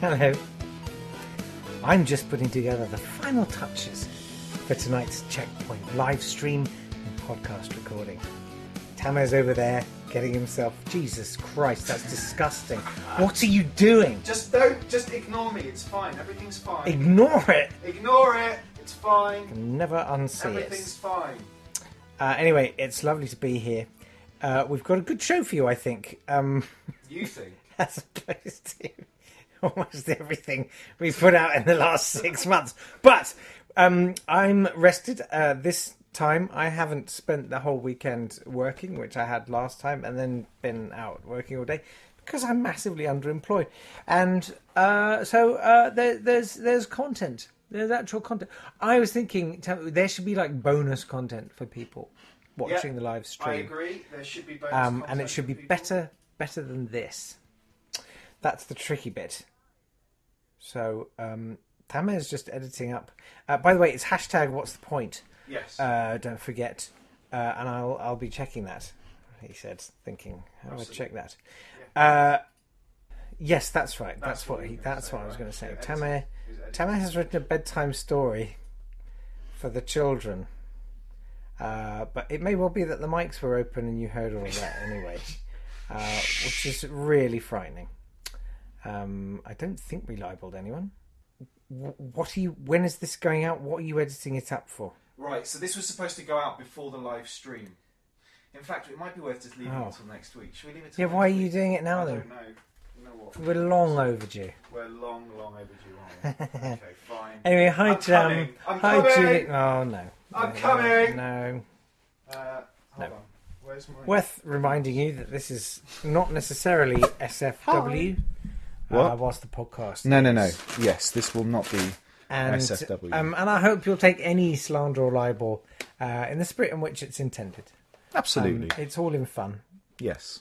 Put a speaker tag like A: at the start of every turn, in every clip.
A: Hello. I'm just putting together the final touches for tonight's Checkpoint live stream and podcast recording. Tamo's over there getting himself. Jesus Christ, that's disgusting. What are you doing?
B: Just don't. Just ignore me. It's fine. Everything's fine.
A: Ignore it.
B: ignore it. It's fine.
A: Never unsee
B: Everything's
A: it.
B: fine.
A: Uh, anyway, it's lovely to be here. Uh, we've got a good show for you, I think. Um,
B: You think?
A: as opposed to almost everything we've put out in the last six months. But um, I'm rested uh, this time. I haven't spent the whole weekend working, which I had last time, and then been out working all day because I'm massively underemployed. And uh, so uh, there, there's there's content. There's actual content. I was thinking Tam, there should be like bonus content for people watching the live stream
B: I agree. There should be bonus
A: um, and
B: content
A: it should
B: for
A: be
B: people.
A: better better than this. That's the tricky bit. So um, Tama is just editing up. Uh, by the way, it's hashtag What's the point?
B: Yes.
A: Uh, don't forget, uh, and I'll I'll be checking that. He said, thinking, how do I
B: Absolutely.
A: check that? Uh, yes, that's right. That's, what
B: you
A: he.
B: were gonna
A: That's
B: say,
A: what I was
B: right?
A: going to say.
B: Yeah,
A: Tama.
B: editing. It was editing.
A: Tama has written a bedtime story for the children. Uh, but it may well be that the mics were open and you heard all of that anyway, uh, which is really frightening. Um, I don't think we libelled anyone. Wh- What are you? When is this going out? What are you editing it up for?
B: Right. So this was supposed to go out before the live stream. In fact, it might be worth just leaving
A: Oh.
B: it until next week. Should we leave it?
A: Yeah,
B: Till
A: why are
B: next
A: you
B: week?
A: doing it now
B: I
A: then?
B: don't know. You know what?
A: We're long overdue.
B: We're long, long overdue, aren't we? okay, fine.
A: Anyway, hi
B: I'm
A: Jam.
B: coming. I'm
A: hi
B: coming.
A: Julie. Oh no.
B: I'm
A: No,
B: coming.
A: No.
B: Uh, hold
A: No.
B: on. Where's my?
A: Worth reminding you that this is not necessarily SFW. Uh,
B: What?
A: whilst the podcast.
B: No, no, no.
A: is.
B: Yes, this will not be.
A: And,
B: SFW.
A: Um, and I hope you'll take any slander or libel uh, in the spirit in which it's intended. Um,
B: Absolutely.
A: it's all in fun.
B: Yes.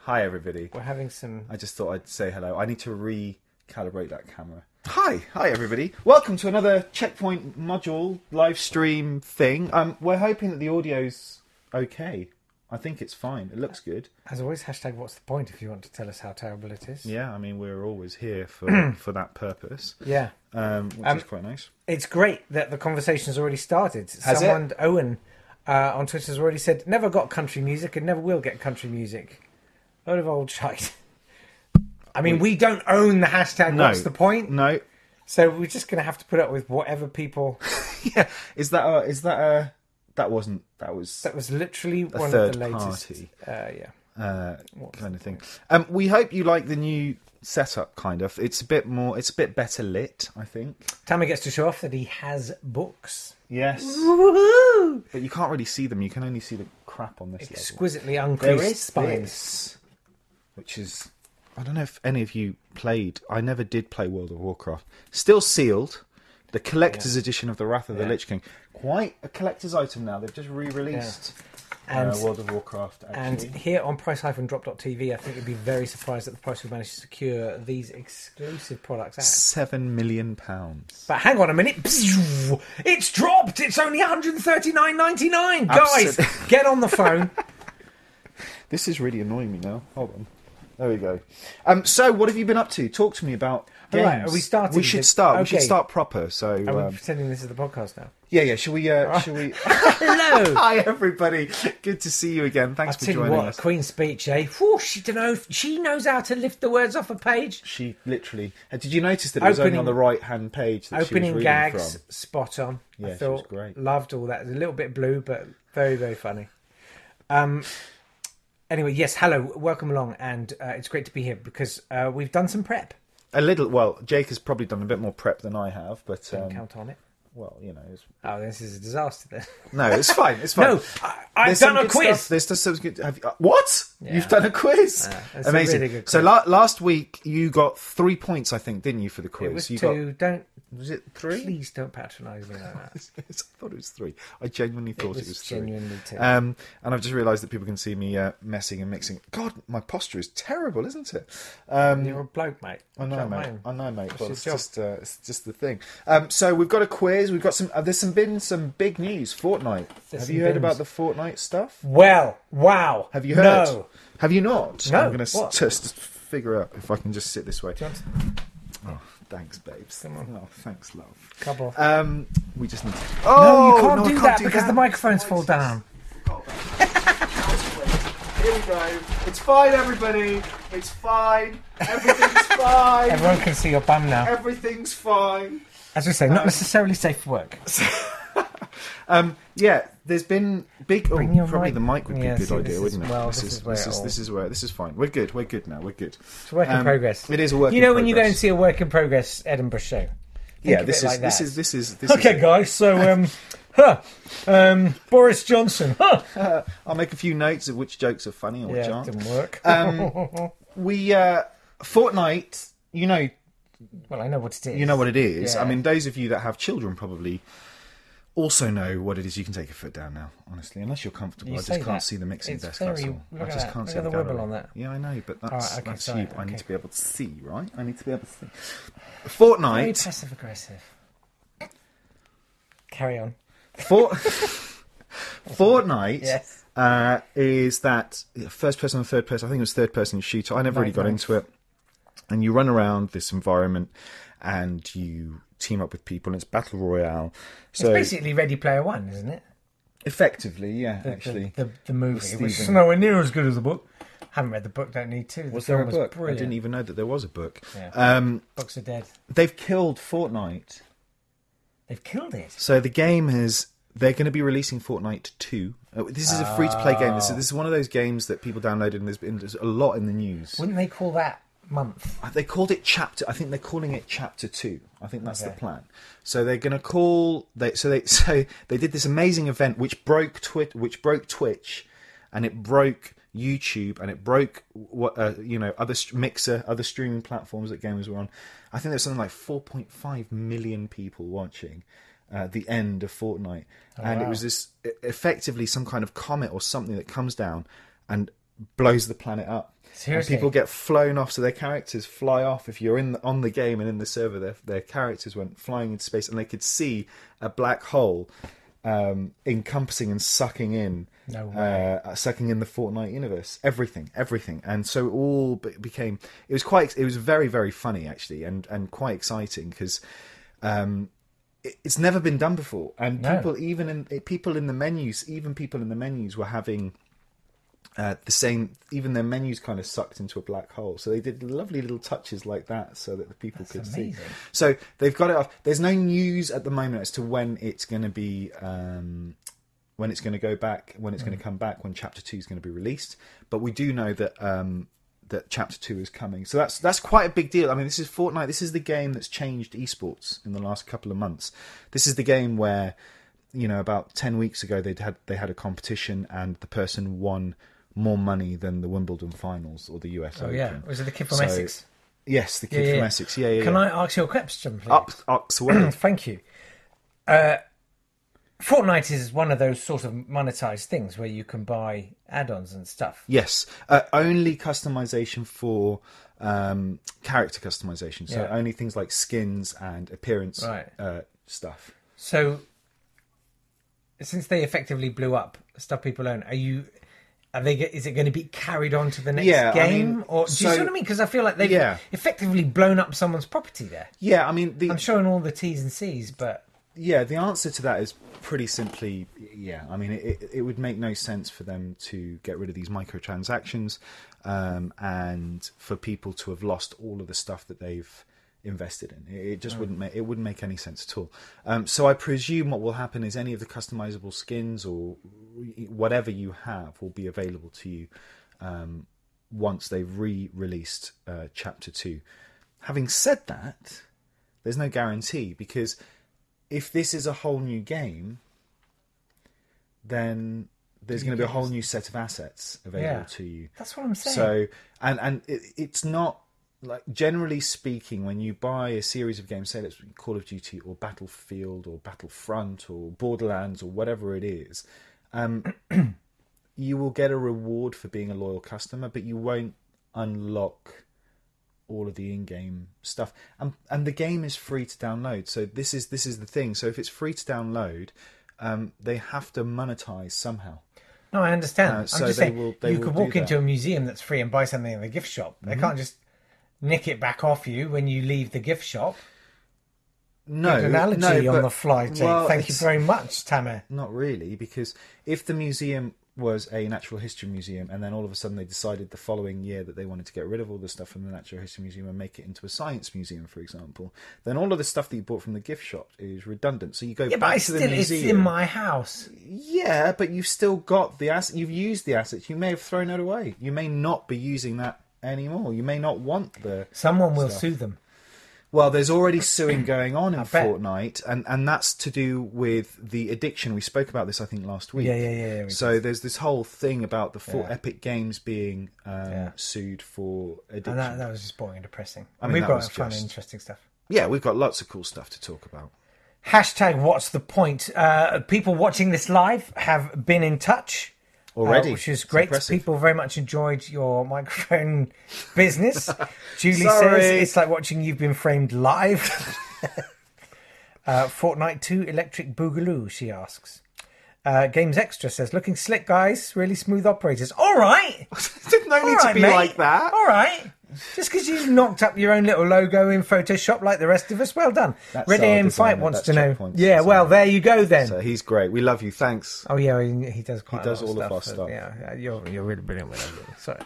B: Hi, everybody.
A: We're having some.
B: I just thought I'd say hello. I need to recalibrate that camera. Hi, hi everybody. Welcome to another checkpoint module live stream thing. Um, we're hoping that the audio's okay. I think it's fine. It looks good.
A: As always, hashtag what's the point if you want to tell us how terrible it is.
B: Yeah, I mean we're always here for for that purpose,
A: Yeah.
B: um, which is quite nice.
A: It's great that the conversation's already started.
B: Has it?
A: Someone, Owen, uh, on Twitter has already said, never got country music and never will get country music. Load of old shite. I mean, we, don't own the hashtag,
B: No.
A: what's the point?
B: No,
A: So we're just going to have to put up with whatever people.
B: yeah. Is that a, is that a that wasn't that was
A: That was literally one
B: third
A: of the latest.
B: party.
A: Uh, yeah.
B: uh, kind of thing. Um, we hope you like the new setup. Kind of, it's a bit more. It's a bit better lit. I think.
A: Tammy gets to show off that he has books.
B: Yes.
A: Woohoo!
B: But you can't really see them. You can only see the crap on this level.
A: Exquisitely uncreased spines.
B: this, which is I don't know if any of you played. I never did play World of Warcraft. Still sealed. The collector's edition of the Wrath of the Lich King. Quite a collector's item now. They've just re-released uh,
A: And-
B: World of Warcraft.
A: And
B: Actually,
A: here on price-drop.tv, I think you'd be very surprised at the price we've managed to secure these exclusive products at.
B: seven million pounds.
A: But hang on a minute. It's dropped. It's only 139.99. Guys,
B: Absolute-
A: get on the phone.
B: This is really annoying me now. Hold on. There we go. Um, so, what have you been up to? Talk to me about games.
A: Alright, are we starting
B: We should
A: this-
B: start. We should
A: okay.
B: start proper. So,
A: Are we
B: um,
A: pretending this is the podcast now?
B: yeah, yeah. Shall we? Uh, shall we?
A: Hello.
B: Hi, everybody. Good to see you again. Thanks
A: I'll
B: for
A: tell you
B: joining
A: what,
B: us.
A: a Queen's speech, eh? Whew, she, don't know, she knows how to lift the words off a page.
B: She literally. uh, Did you notice that it was only
A: Opening-
B: on the right-hand page that she was
A: Opening
B: reading
A: gags,
B: from?
A: spot on.
B: Yeah, she
A: I
B: was
A: thought,
B: great.
A: Loved all that. It was a little bit blue, but very, very funny. Um. Anyway, yes, hello, welcome along, and uh, it's great to be here because uh, we've done some prep.
B: A little. Well, Jake has probably done a bit more prep than I have, but um,
A: Count on it.
B: well, you know. It's,
A: Oh, this is a disaster. Then.
B: no, it's fine. It's fine.
A: no, I, I've
B: There's some
A: done a
B: good
A: quiz.
B: Stuff. There's just some good. Have you, uh, what?
A: Yeah.
B: You've done a quiz.
A: it's a
B: Amazing.
A: really good
B: So
A: quiz.
B: la- last week you got three points, I think, didn't you, for the quiz?
A: It was
B: you
A: two. Don't
B: Got, was it three?
A: please don't patronise me like that.
B: I thought it was three. I genuinely thought it was,
A: was
B: three.
A: genuinely two.
B: Um, and I've just realised that people can see me uh, messing and mixing. God, my posture is terrible, isn't it? Um,
A: You're a bloke, mate.
B: I know,
A: Don't
B: mate.
A: mind.
B: I know, mate. But
A: your
B: it's
A: job.
B: just, uh, it's just the thing. Um, so we've got a quiz. We've got some. Uh, there's some been some big news. Fortnite. Have
A: some
B: you heard
A: bins.
B: about the Fortnite stuff?
A: Well, wow.
B: Have you heard?
A: No.
B: Have you not?
A: No.
B: I'm going to
A: What?
B: just figure out if I can just sit this way.
A: Do you want
B: Oh, thanks, babes.
A: Come on.
B: Oh, thanks, love.
A: Couple.
B: Um, we just need to.
A: no, you
B: Oh,
A: can't
B: I
A: do that because the microphones fall
B: Mic's just-
A: down.
B: Here we go. It's fine, everybody. It's fine. Everything's fine.
A: Everyone can see your bum now.
B: Everything's fine.
A: As we say, not necessarily safe for work.
B: Um, yeah, there's been big. Oh,
A: Bring your
B: probably
A: mic-
B: the mic would be
A: Yeah,
B: a good
A: see,
B: idea,
A: this is-
B: wouldn't it?
A: well,
B: this,
A: this
B: is,
A: is where
B: this
A: it
B: is
A: all-
B: this is where this is fine. We're good. We're good now. We're good.
A: It's a work in
B: Um,
A: progress.
B: It is a work.
A: You
B: in
A: know when you go and
B: progress.
A: see a work in progress Edinburgh show. Think
B: Yeah,
A: of it
B: this is
A: like
B: this
A: that.
B: is this is this.
A: Okay,
B: is it.
A: guys. So, um, huh, um, Boris Johnson. Huh.
B: I'll make a few notes of which jokes are funny and which
A: Yeah,
B: aren't.
A: didn't work.
B: Um, We uh, Fortnite. You know,
A: well, I know what it is.
B: you know what it is.
A: Yeah.
B: I mean, those of you that have children probably also know what it is. You can take a foot down now, honestly, unless you're comfortable.
A: You
B: I just
A: say
B: can't
A: that.
B: see the mixing
A: It's
B: desk.
A: very-
B: that's all.
A: look
B: I
A: at
B: just
A: that.
B: can't
A: Look
B: see
A: at the
B: gallery.
A: wibble on that.
B: Yeah, I know, but that's
A: right, okay,
B: that's
A: sorry,
B: you. I
A: okay.
B: need to be able to see, right? I need to be able to see.
A: Very
B: Fortnite.
A: passive aggressive. Carry on.
B: Fort- Fortnite
A: Yes.
B: uh, is that first person and third person. I think it was third person shooter. I never really got
A: no.
B: into it. And you run around this environment and you team up with people, and it's battle royale. So
A: it's basically Ready Player One, isn't it?
B: effectively, yeah,
A: The-
B: actually.
A: the, the, the movie, which is
B: Stephen.
A: nowhere near as good as the book. Haven't read the book. Don't need to. The
B: was
A: film
B: there a
A: was
B: book?
A: Brilliant.
B: I didn't even know that there was a book.
A: Yeah.
B: Um,
A: Books are dead.
B: they've killed Fortnite.
A: They've killed it.
B: So the game has. They're going to be releasing Fortnite 2. Uh, This is a free to play game. This
A: Ah.
B: is, this is one of those games that people downloaded, and there's been there's a lot in the news.
A: Wouldn't they call that month?
B: Uh, They called it chapter. I think they're calling it chapter two. I think that's
A: Okay.
B: the plan. So they're going to call. They so they so they did this amazing event which broke Twit, which broke Twitch, and it broke YouTube, and it broke what uh, you know other st- Mixer, other streaming platforms that gamers were on. I think there's something like 4.5 million people watching. Uh, the end of Fortnite, and it was this e- effectively some kind of comet or something that comes down and blows the planet up. And
A: Seriously?
B: people get flown off, so their characters fly off. If you're in the, on the game and in the server, their their characters went flying into space, and they could see a black hole um, encompassing and sucking in,
A: No
B: uh, sucking in the Fortnite universe, everything, everything. And so it all be- became. It was quite. It was very very funny actually, and and quite exciting because. Um, it- it's never been done before, and
A: No.
B: people even in people in the menus, even people in the menus were having uh, the same even their menus kind of sucked into a black hole so they did lovely little touches like that so that the people could see
A: amazing.
B: so they've got it off there's no news at the moment as to when it's going to be um, when it's going to go back when it's going to come back when chapter 2 is going to be released but we do know that um, that chapter 2 is coming so that's that's quite a big deal i mean this is fortnite this is the game that's changed esports in the last couple of months this is the game where you know about 10 weeks ago they'd had they had a competition and the person won more money than the Wimbledon finals or the US
A: Oh
B: Open.
A: yeah, was it the kid from
B: So-
A: Essex?
B: Yes, the kid
A: Yeah,
B: from
A: yeah.
B: Essex. Yeah, Oh. yeah.
A: Can
B: yeah.
A: I ask your question, please?
B: up Oxwell?
A: Thank you. Uh, Fortnite is one of those sort of monetized things where you can buy add-ons and stuff.
B: yes, uh, only customization for um, character customization. So
A: Yeah.
B: only things like skins and appearance
A: Right.
B: uh, stuff.
A: So, since they effectively blew up stuff people own, are you? Are they? ge- Is it going to be carried on to the next
B: Yeah, I
A: game,
B: mean,
A: or do you
B: so-
A: see what I mean? Because I feel like they've
B: Yeah.
A: effectively blown up someone's property there.
B: Yeah, I mean the
A: I'm showing all the T's and C's, but
B: yeah the answer to that is pretty simply yeah. I mean it, it, it would make no sense for them to get rid of these microtransactions um, and for people to have lost all of the stuff that they've invested in. It, it just wouldn't make it wouldn't make any sense at all. Um, so I presume what will happen is any of the customizable skins or whatever you have will be available to you um, once they've re-released uh, Chapter Two. Having said that, there's no guarantee because if this is a whole new game, then there's going to be a whole new set of assets available
A: Yeah.
B: to you.
A: that's what I'm saying.
B: So and and it, it's not like generally speaking, when you buy a series of games, say that's Call of Duty or Battlefield or Battlefront or Borderlands or whatever it is, um, you will get a reward for being a loyal customer, but you won't unlock all of the in-game stuff and and the game is free to download so this is this is the thing so if it's free to download um they have to monetize somehow
A: no, I understand.
B: Uh,
A: I'm
B: so
A: just
B: they
A: saying
B: will- they
A: you
B: will
A: could
B: do
A: walk into
B: that. Mm-hmm.
A: a museum that's free and buy something in the gift shop. They can't just nick it back off you when you leave the gift shop.
B: No,
A: Good analogy
B: Uh, no,
A: on
B: but-
A: the fly, Jake.
B: well,
A: Thank you
B: it's-
A: very much, Tamer.
B: Not really, because if the museum was a natural history museum and then all of a sudden they decided the following year that they wanted to get rid of all the stuff from the natural history museum and make it into a science museum, for example, then all of the stuff that you bought from the gift shop is redundant. So you go
A: Yeah, but
B: back
A: it's
B: to the
A: still it's
B: museum.
A: in my house.
B: Yeah, but you've still got the asset. You've used the assets. You may have thrown it away. You may not be using that anymore. You may not want the.
A: Someone will sue them.
B: Well, there's already suing going on in
A: bet.
B: Fortnite, and and that's to do with the addiction. We spoke about this, I think, last week.
A: Yeah, yeah, yeah, yeah, we
B: so there's this whole thing about the Fort
A: Yeah.
B: Epic Games being um,
A: Yeah.
B: sued for addiction.
A: And that, that was just boring and depressing.
B: I
A: And
B: mean,
A: we've
B: that
A: got
B: was
A: fun,
B: just-
A: interesting stuff.
B: Yeah, we've got lots of cool stuff to talk about.
A: Hashtag what's the point? Uh, people watching this live have been in touch uh,
B: Already.
A: which is
B: It's
A: great.
B: impressive.
A: People very much enjoyed your microphone business. Julie
B: Sorry.
A: says it's like watching You've Been Framed live. uh, Fortnite 2 Electric Boogaloo, she asks. Uh, Games Extra says, looking slick, guys. Really smooth operators. All right.
B: no need
A: All
B: to
A: right,
B: be
A: mate.
B: like that.
A: All right. Just because you knocked up your own little logo in Photoshop like the rest of us, well done.
B: That's
A: Ready
B: our
A: and
B: designer,
A: Fight wants
B: that's
A: to know.
B: Checkpoint's
A: Yeah,
B: designer.
A: well, there you go then.
B: So he's great. We love you. Thanks.
A: Oh yeah, he, he does quite.
B: He does
A: a lot
B: all of
A: of stuff,
B: our
A: but,
B: stuff.
A: Yeah, you're you're really brilliant with that. really. Sorry.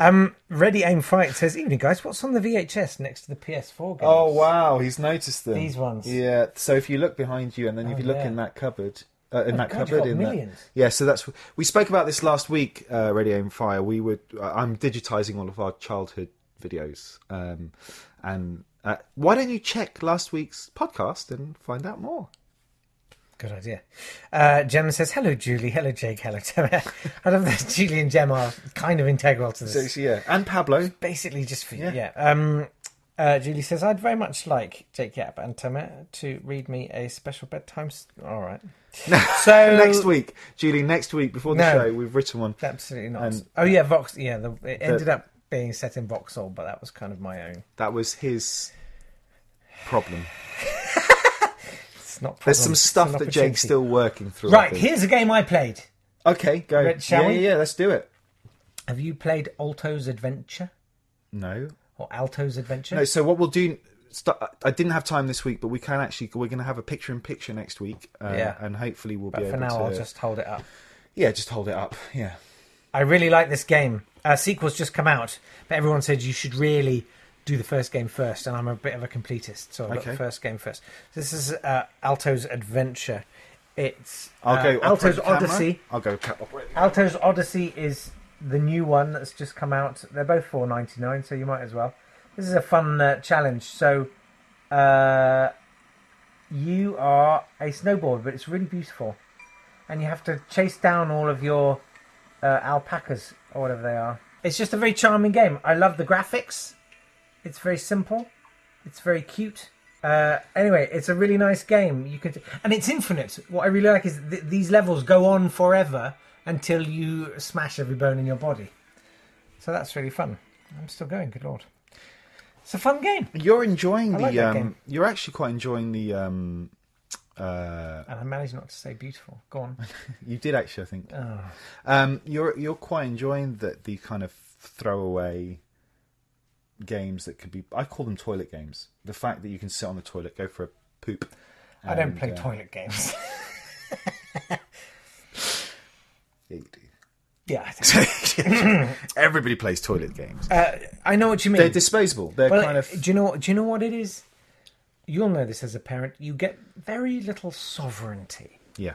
A: Um, Ready Aim Fight says, "Evening guys, what's on the VHS next to the PS4 games?"
B: Oh wow, he's noticed them.
A: These ones. Oh,
B: Yeah. So if you look behind you, and then if you look
A: yeah. Oh,
B: in that cupboard, uh, in that
A: God, you've
B: cupboard,
A: got
B: in that.
A: millions.
B: Yeah. So that's we spoke about this last week. Uh, Radio and Fire. We were. I'm digitizing all of our childhood videos. Um, and uh, why don't you check last week's podcast and find out more?
A: good idea. Uh, Gemma says, "Hello, Julie. Hello, Jake. Hello, Gemma. I love that Julie and Gemma are kind of integral to this.
B: So, so, yeah, and Pablo.
A: basically just for you. Yeah. Um, uh, Julie says, I'd very much like Jake Yap and Tamer to read me a special bedtime. s All right. so
B: Next week, Julie. Next week, before the
A: No.
B: show, we've written one.
A: Absolutely not.
B: And-
A: oh yeah, Vox. Yeah, the, it ended up being set in Vauxhall, but that was kind of my own.
B: That was his problem.
A: It's not.
B: There's
A: problem,
B: some
A: it's
B: stuff
A: an
B: that Jake's
A: opportunity.
B: still working through. I
A: Right.
B: think.
A: Here's a game I played.
B: Okay, go.
A: Right, shall
B: yeah,
A: we?
B: yeah, let's do it.
A: Have you played Alto's Adventure
B: No.
A: or Alto's Adventure?
B: No, so what we'll do st- I didn't have time this week, but we can actually we're going to have a picture in picture next week. Uh,
A: Yeah.
B: and hopefully we'll
A: but
B: be
A: for
B: able
A: now,
B: to
A: I'll just hold it up.
B: Yeah, just hold it up. Yeah.
A: I really like this game. Uh, sequel's just come out, but everyone said you should really do the first game first, and I'm a bit of a completist, so I got
B: Okay.
A: the first game first. This is uh, Alto's Adventure. It's
B: I'll
A: uh,
B: go operate
A: Alto's
B: the camera.
A: Odyssey.
B: I'll go ca- operate. the-
A: Alto's Odyssey is the new one that's just come out. They're both four ninety nine, so you might as well. This is a fun uh, challenge. So, uh, you are a snowboard, but it's really beautiful, and you have to chase down all of your uh, alpacas or whatever they are. It's just a very charming game. I love the graphics. It's very simple. It's very cute. Uh, anyway, it's a really nice game. You could, and it's infinite. What I really like is th- these levels go on forever until you smash every bone in your body. So that's really fun. I'm still going. Good lord, it's a fun game,
B: You're enjoying
A: I
B: the
A: like that
B: um
A: game.
B: you're actually quite enjoying the um uh
A: and I managed not to say beautiful. Go on.
B: you did actually I think.
A: Oh.
B: Um you're you're quite enjoying the the kind of throwaway games that could be I call them toilet games. The fact that you can sit on the toilet, go for a poop.
A: I don't play
B: toilet.
A: toilet games.
B: Yeah,
A: yeah, I, think-
B: you do. Everybody plays toilet games.
A: uh, I know what you mean.
B: They're disposable. They're
A: Well,
B: kind of.
A: do you know what? Do you know what it is? You'll know this as a parent. You get very little sovereignty.
B: Yeah.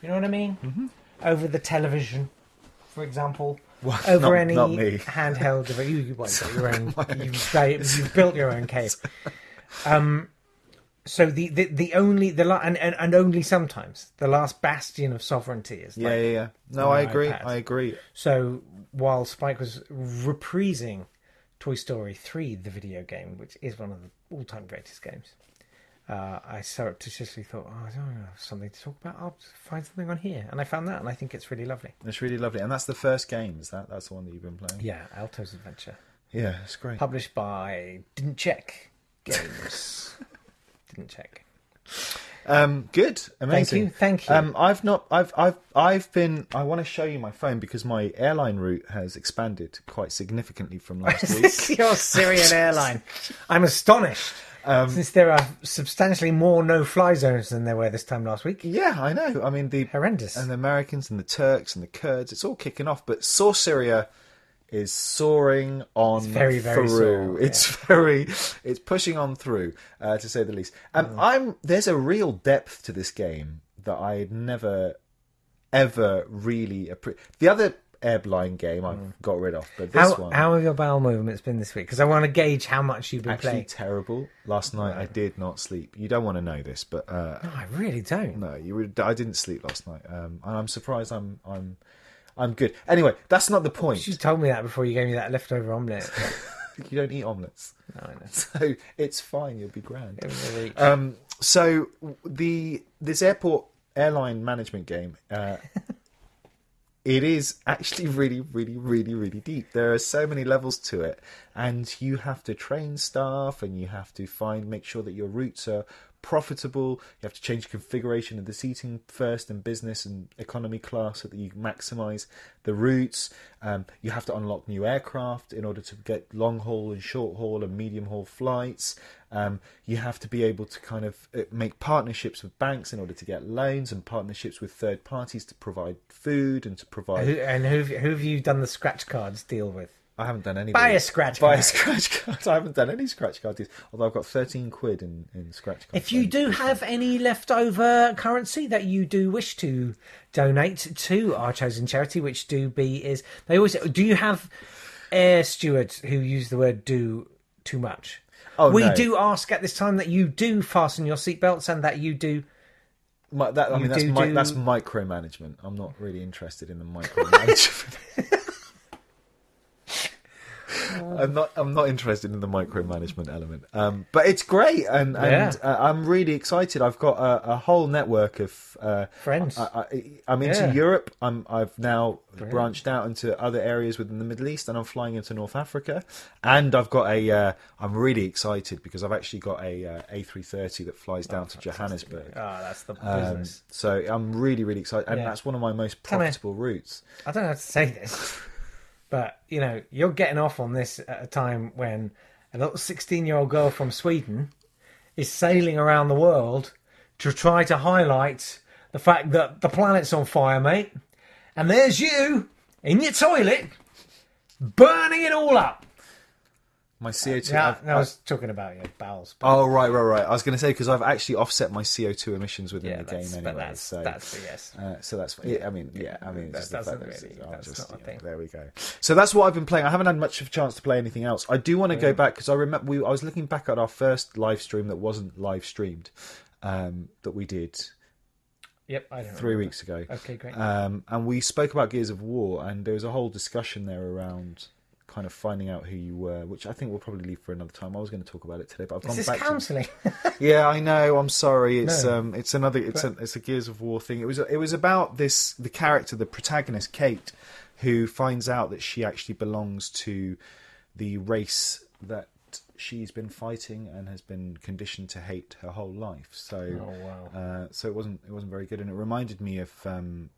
A: You know what I mean? Mm-hmm. Over the television, for example.
B: Well,
A: over
B: not-
A: any
B: not me.
A: handheld device. You, you, well, you've got your own, you've, ba- you've built your own cave. Um, so the, the, the only the la- and, and, and only sometimes the last bastion of sovereignty is
B: Yeah,
A: like
B: yeah, yeah. No,
A: Oh,
B: I agree.
A: iPad.
B: I agree.
A: so while Spike was reprising Toy Story 3, the video game, which is one of the all time greatest games, uh, I surreptitiously thought, oh, I don't know, something to talk about. I'll find something on here. And I found that, and I think it's really lovely.
B: It's really lovely, and that's the first game. Is that that's the one that you've been playing?
A: Yeah, Alto's Adventure.
B: Yeah, it's great.
A: Published by Didn't Check Games. Didn't Check.
B: Um, good, amazing.
A: you, thank you.
B: Um, I've not. I've. I've. I've been. I want to show you my phone because my airline route has expanded quite significantly from last week.
A: Your Syrian airline. I'm astonished. since there are substantially more no fly zones than there were this time last week.
B: yeah, I know. I mean the
A: Horrendous.
B: and the Americans and the Turks and the Kurds. It's all kicking off, but Saw Syria is soaring on
A: very, very
B: through.
A: sore,
B: it's very, it's pushing on through, uh, to say the least. Um,
A: Mm.
B: I'm there's a real depth to this game that I'd never, ever really appreciated. The other airline game I have got rid of, but this
A: Mm. how,
B: one
A: how have your bowel movements been this week? Because I want to gauge how much you've been
B: actually
A: playing.
B: terrible. Last night I did not sleep. You don't want to know this, but uh,
A: No, Oh, I really don't.
B: No, you would. I didn't sleep last night, um, and I'm surprised. I'm I'm I'm good. Anyway, that's not the point.
A: You told me that before you gave me that leftover omelette.
B: You don't eat omelets,
A: No, I know.
B: so it's fine. You'll be grand.
A: It was really-
B: Um, so the this airport airline management game, uh, it is actually really, really, really, really deep. There are so many levels to it, and you have to train staff, and you have to find make sure that your routes are profitable. You have to change the configuration of the seating first and business and economy class so that you maximize the routes. Um, you have to unlock new aircraft in order to get long haul and short haul and medium haul flights. Um, you have to be able to kind of uh, make partnerships with banks in order to get loans and partnerships with third parties to provide food and to provide.
A: Who- and who, who have you done the scratch cards deal with?
B: I haven't done any.
A: Buy a scratch
B: Buy a
A: card.
B: scratch card. I haven't done any scratch card deals, although I've got thirteen quid in, in scratch cards.
A: If you do have any leftover currency that you do wish to donate to our chosen charity, which do be is they always do you have air stewards who use the word do too much.
B: Oh,
A: we
B: no.
A: do ask at this time that you do fasten your seatbelts and that you do.
B: My, that, I mean, that's,
A: do
B: mi-
A: do-
B: that's micromanagement. I'm not really interested in the micromanagement. I'm not. I'm not interested in the micromanagement element. Um, but it's great, and, and
A: Yeah.
B: uh, I'm really excited. I've got a, a whole network of uh,
A: Friends.
B: I, I, I'm into
A: Yeah.
B: Europe. I'm. I've now branched out into other areas within the Middle East, and I'm flying into North Africa. And I've got a. Uh, I'm really excited because I've actually got a uh, A330 that flies
A: Oh,
B: down to Johannesburg.
A: Ah, that's the
B: Um,
A: business.
B: so I'm really, really excited, and
A: Yeah.
B: that's one of my most
A: Come here.
B: profitable routes.
A: I don't have to say this, but you know, you're getting off on this at a time when a little 16 year old girl from Sweden is sailing around the world to try to highlight the fact that the planet's on fire, mate. And there's you in your toilet burning it all up.
B: My CO2.
A: Uh, Yeah,
B: I've-
A: no, I was talking about your bowels. But
B: oh right, right, right. I was going to say because I've actually offset my CO2 emissions within
A: yeah,
B: the game
A: that's,
B: anyway.
A: but that's,
B: so
A: that's a yes.
B: Uh, so that's yeah, I mean yeah I mean it's
A: That
B: just the fact
A: doesn't
B: that it's-
A: really-
B: I'll
A: that's not a
B: you
A: thing.
B: there we go so that's what I've been playing I haven't had much of a chance to play anything else I do want to go back because I remember we I was looking back at our first live stream that wasn't live streamed um, that we did
A: Yep, I don't
B: three
A: know.
B: weeks ago
A: Okay, great.
B: um, and we spoke about Gears of War, and there was a whole discussion there around kind of finding out who you were, which I think we'll probably leave for another time. I was going to talk about it today, but I've gone
A: Is this
B: back.
A: counselling?
B: To... Yeah, I know. I'm sorry. It's
A: No.
B: um, it's another. It's a it's a Gears of War thing. It was it was about this the character, the protagonist, Kate, who finds out that she actually belongs to the race that she's been fighting and has been conditioned to hate her whole life. So.
A: oh, wow.
B: Uh, so it wasn't it wasn't very good, and it reminded me of um,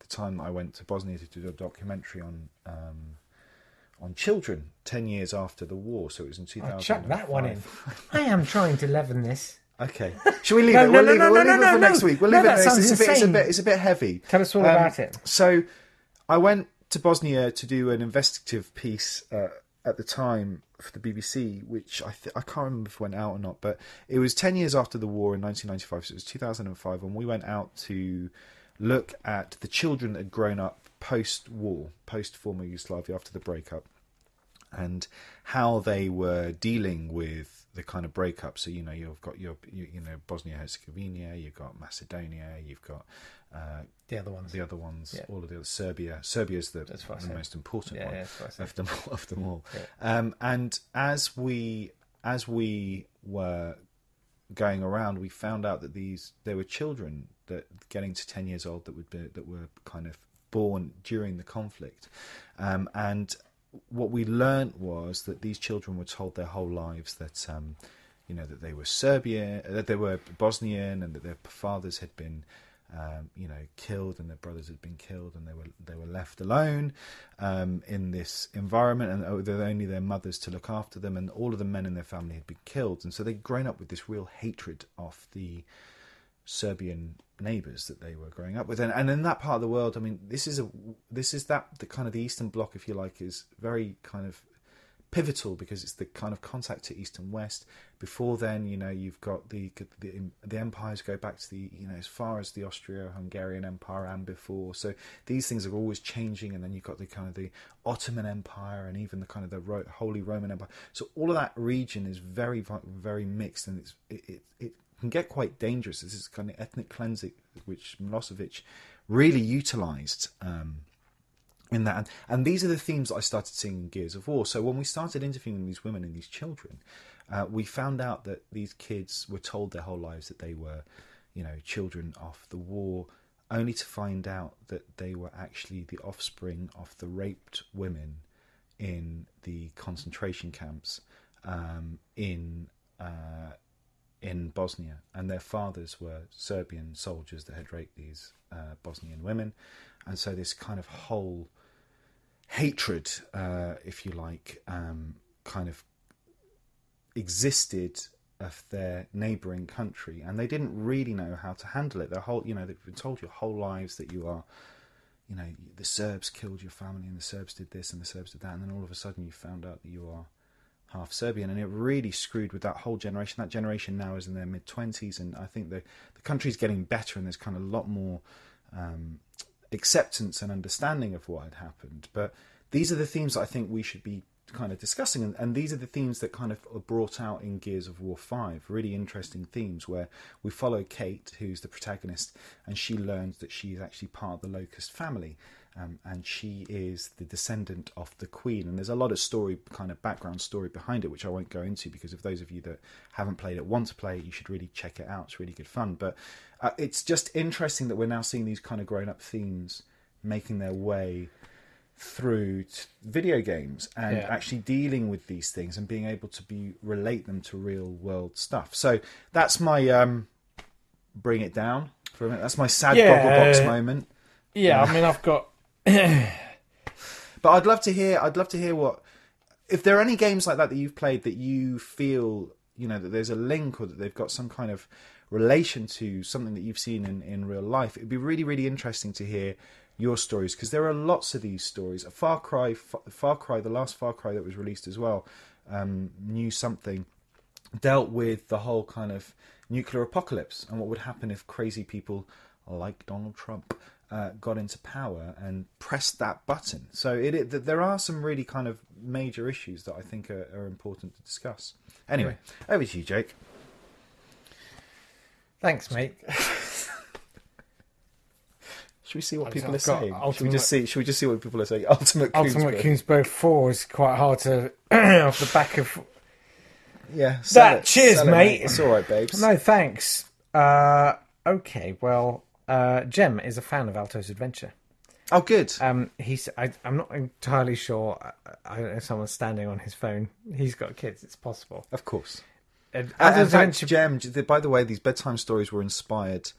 B: the time that I went to Bosnia to do a documentary on um, on children ten years after the war. So it was in two thousand.
A: Chuck that one in. I am trying to leaven this.
B: Okay, shall we leave
A: No,
B: it?
A: no,
B: We'll
A: no,
B: leave
A: no,
B: it. We'll
A: no,
B: leave
A: no,
B: it for
A: no.
B: next week. We'll
A: No,
B: leave it.
A: that
B: next- it's,
A: sounds
B: a bit, it's a
A: insane.
B: bit. It's a bit heavy.
A: Tell us all
B: Um,
A: about it.
B: So, I went to Bosnia to do an investigative piece uh, at the time for the BBC, which I th- I can't remember if it went out or not, but it was ten years after the war in 1995, so it was 2005, and we went out to look at the children that had grown up post-war, post-former Yugoslavia after the breakup and how they were dealing with the kind of breakup. So you know, you've got your you, you know Bosnia Herzegovina, you've got Macedonia, you've got uh,
A: The other ones.
B: the other ones,
A: Yeah.
B: all of the other Serbia. Serbia's the,
A: That's what I
B: the
A: said.
B: most important
A: Yeah,
B: one
A: yeah, that's what I said.
B: of them all, of them all. Um, and as we as we were going around, we found out that these there were children that getting to ten years old that would be, that were kind of born during the conflict, um, and what we learnt was that these children were told their whole lives that um, you know, that they were Serbian, that they were Bosnian, and that their fathers had been, um, you know, killed, and their brothers had been killed, and they were they were left alone um, in this environment, and oh, there were only their mothers to look after them, and all of the men in their family had been killed, and so they'd grown up with this real hatred of the Serbian neighbors that they were growing up with, and, and in that part of the world, I mean, this is a this is that the kind of the Eastern Bloc, if you like, is very kind of pivotal because it's the kind of contact to East and West. Before then, you know, you've got the the, the empires go back to the you know as far as the Austro-Hungarian Empire and before. So these things are always changing, and then you've got the kind of the Ottoman Empire and even the kind of the Ro- Holy Roman Empire. So all of that region is very vi- very mixed, and it's it it, it can get quite dangerous. This is kind of ethnic cleansing, which Milosevic really utilized. Um, in that. And, and these are the themes that I started seeing in Gears of War. So when we started interviewing these women and these children, uh, we found out that these kids were told their whole lives that they were, you know, children of the war, only to find out that they were actually the offspring of the raped women in the concentration camps um, in. Uh, in Bosnia, and their fathers were Serbian soldiers that had raped these uh, Bosnian women, and so this kind of whole hatred, uh, if you like, um, kind of existed of their neighbouring country, and they didn't really know how to handle it. Their whole, you know, they've been told your whole lives that you are, you know, the Serbs killed your family, and the Serbs did this, and the Serbs did that, and then all of a sudden you found out that you are half Serbian, and it really screwed with that whole generation. That generation now is in their mid twenties, and I think the the country's getting better, and there's kind of a lot more um, acceptance and understanding of what had happened. But these are the themes that I think we should be kind of discussing, and, and these are the themes that kind of are brought out in Gears of War Five. Really interesting themes where we follow Kate, who's the protagonist, and she learns that she is actually part of the Locust family. Um, and she is the descendant of the queen. And there's a lot of story, kind of background story behind it, which I won't go into because if those of you that haven't played it want to play it, you should really check it out. It's really good fun. But uh, it's just interesting that we're now seeing these kind of grown up themes making their way through t- video games and
A: Yeah.
B: actually dealing with these things and being able to be relate them to real world stuff. So that's my um, bring it down for a minute. That's my sad
A: Yeah.
B: goggle box moment.
C: Yeah, I mean, I've got.
B: But I'd love to hear. I'd love to hear what if there are any games like that that you've played that you feel you know that there's a link or that they've got some kind of relation to something that you've seen in in real life. It'd be really really interesting to hear your stories because there are lots of these stories. Far Cry, F- Far Cry, the last Far Cry that was released as well, um, knew something dealt with the whole kind of nuclear apocalypse and what would happen if crazy people like Donald Trump uh, got into power and pressed that button. So it, it th- there are some really kind of major issues that I think are, are important to discuss. Anyway, over to you, Jake.
A: Thanks, mate.
B: Should we see what
A: I've-
B: people
A: I've
B: are
A: got
B: saying? Should we
A: Ultimate-
B: just see? Should we just see what people are saying? Ultimate,
A: Ultimate
B: Koonsberg.
A: Coonsbro 4 is quite hard to. off the back of.
B: Yeah, sell
A: That-
B: it,
A: cheers,
B: sell it,
A: mate.
B: It's all right, babes.
A: No, thanks. Uh, okay, well, uh, Jem is a fan of Alto's Adventure.
B: Oh, good.
A: Um, he's. I, I'm not entirely sure. I, I don't know. Someone's standing on his phone. He's got kids. It's possible.
B: of course.
A: And
B: And in
A: Alto's
B: fact,
A: Adventure.
B: Jem, j- the- by the way, these bedtime stories were inspired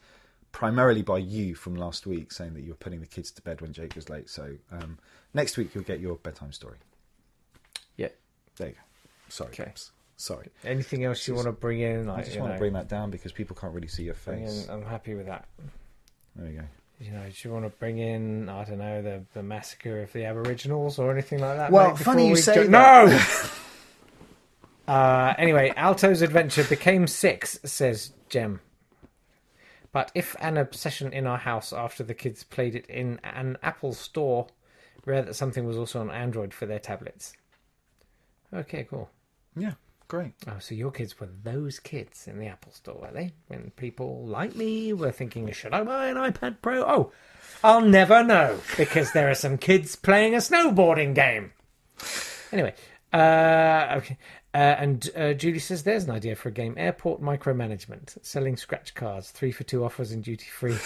B: primarily by you from last week, saying that you were putting the kids to bed when Jake was late. So um, next week you'll get your bedtime story.
C: Yeah.
B: There you go. Sorry.
C: Okay.
B: babes. Sorry.
A: Anything else you want to bring in? Like,
B: I just
A: you
B: want
A: know,
B: to bring that down because people can't really see your
A: bring
B: face.
A: in- uh, I'm happy with that.
B: There you go.
A: You know, do you want to bring in? I don't know the the massacre of the Aboriginals or anything like that.
B: Well,
A: mate,
B: funny
A: before
B: you
A: we
B: say
A: go-
B: that.
A: No. uh, anyway, Alto's adventure became six, says Jem. But if an obsession in our house after the kids played it in an Apple store, rare that something was also on Android for their tablets. Okay, cool.
B: Yeah. Great.
A: Oh, so your kids were those kids in the Apple Store, were they? When people like me were thinking, should I buy an iPad Pro? Oh, I'll never know because there are some kids playing a snowboarding game. Anyway, uh, okay. Uh, and uh, Julie says there's an idea for a game: airport micromanagement, selling scratch cards, three for two offers and duty free.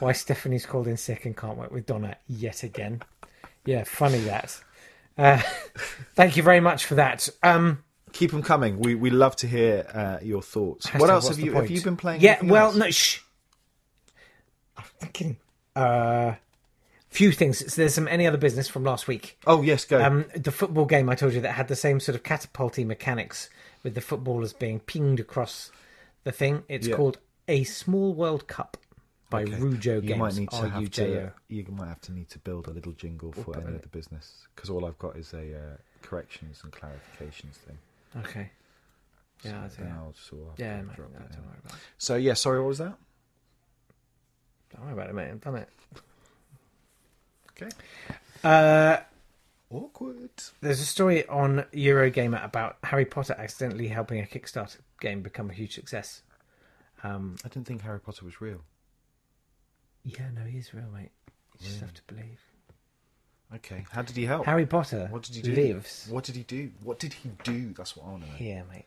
A: Why Stephanie's called in sick and can't work with Donna yet again? Yeah, funny that. Uh, thank you very much for that. Um,
B: keep them coming. We we love to hear uh, your thoughts. What
A: Hashtag
B: else
A: what's
B: have
A: the
B: you
A: point?
B: have you been playing?
A: Yeah,
B: anything
A: well,
B: else?
A: no, shh. I'm kidding. Uh, few things. So there's some any other business from last week.
B: Oh yes, go.
A: Um, the football game I told you that had the same sort of catapulty mechanics with the footballers being pinged across the thing. It's
B: Yeah.
A: called A Small World Cup by Rujo
B: you
A: Games.
B: might need to have
A: R-U-J-O.
B: to, you might have to need to build a little jingle for any of the business because all I've got is a uh, corrections and clarifications thing.
A: Okay. Yeah,
B: so
A: I think.
B: then I'll just sort of
A: Yeah, mate,
B: drop
A: no,
B: uh, that
A: don't
B: in.
A: worry about it.
B: So yeah, sorry, what was that?
A: Don't worry about it, mate. I've done it.
B: Okay,
A: Uh,
B: awkward.
A: There's a story on Eurogamer about Harry Potter accidentally helping a Kickstarter game become a huge success. Um,
B: I didn't think Harry Potter was real.
A: yeah, no, he is real, mate. You just have to believe.
B: Okay, how did he help?
A: Harry Potter
B: what did he do?
A: lives
B: What did he do? What did he do? That's what I want to know.
A: here, mate.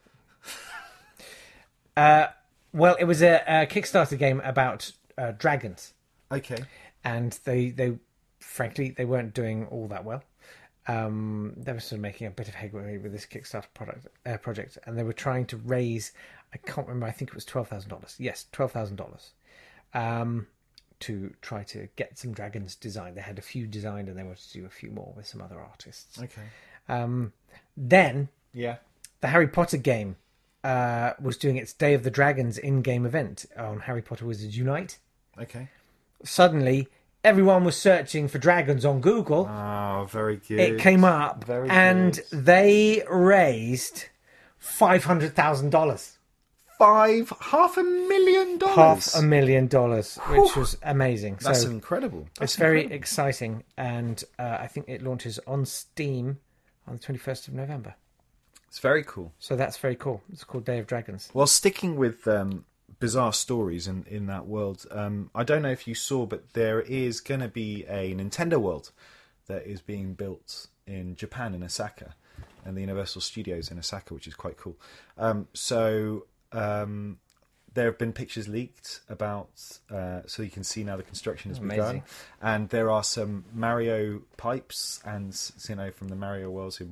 A: uh, well, it was a, a Kickstarter game about uh, dragons.
B: Okay.
A: and they they frankly they weren't doing all that well. Um, they were sort of making a bit of headway with this Kickstarter product uh, project, and they were trying to raise. I can't remember. I think it was twelve thousand dollars. Yes, twelve thousand dollars. Um, to try to get some dragons designed. They had a few designed, and they wanted to do a few more with some other artists.
B: Okay.
A: Um, then
B: Yeah.
A: the Harry Potter game uh, was doing its Day of the Dragons in-game event on Harry Potter Wizards Unite
B: Okay.
A: suddenly everyone was searching for dragons on Google.
B: Ah, very good.
A: it came up
B: Very
A: and
B: good.
A: they raised five hundred thousand dollars.
B: five half a million dollars.
A: Half a million dollars, which was amazing.
B: That's
A: so
B: incredible.
A: it's very exciting, and uh, I think it launches on Steam on the twenty first of November.
B: It's very cool.
A: So that's very cool. It's called Day of Dragons.
B: Well, sticking with um, bizarre stories in, in that world, um, I don't know if you saw, but there is going to be a Nintendo World that is being built in Japan, in Osaka, and the Universal Studios in Osaka, which is quite cool. Um, so. Um, there have been pictures leaked about, uh, so you can see now the construction has begun,
A: Amazing.
B: and there are some Mario pipes and you know from the Mario worlds. who-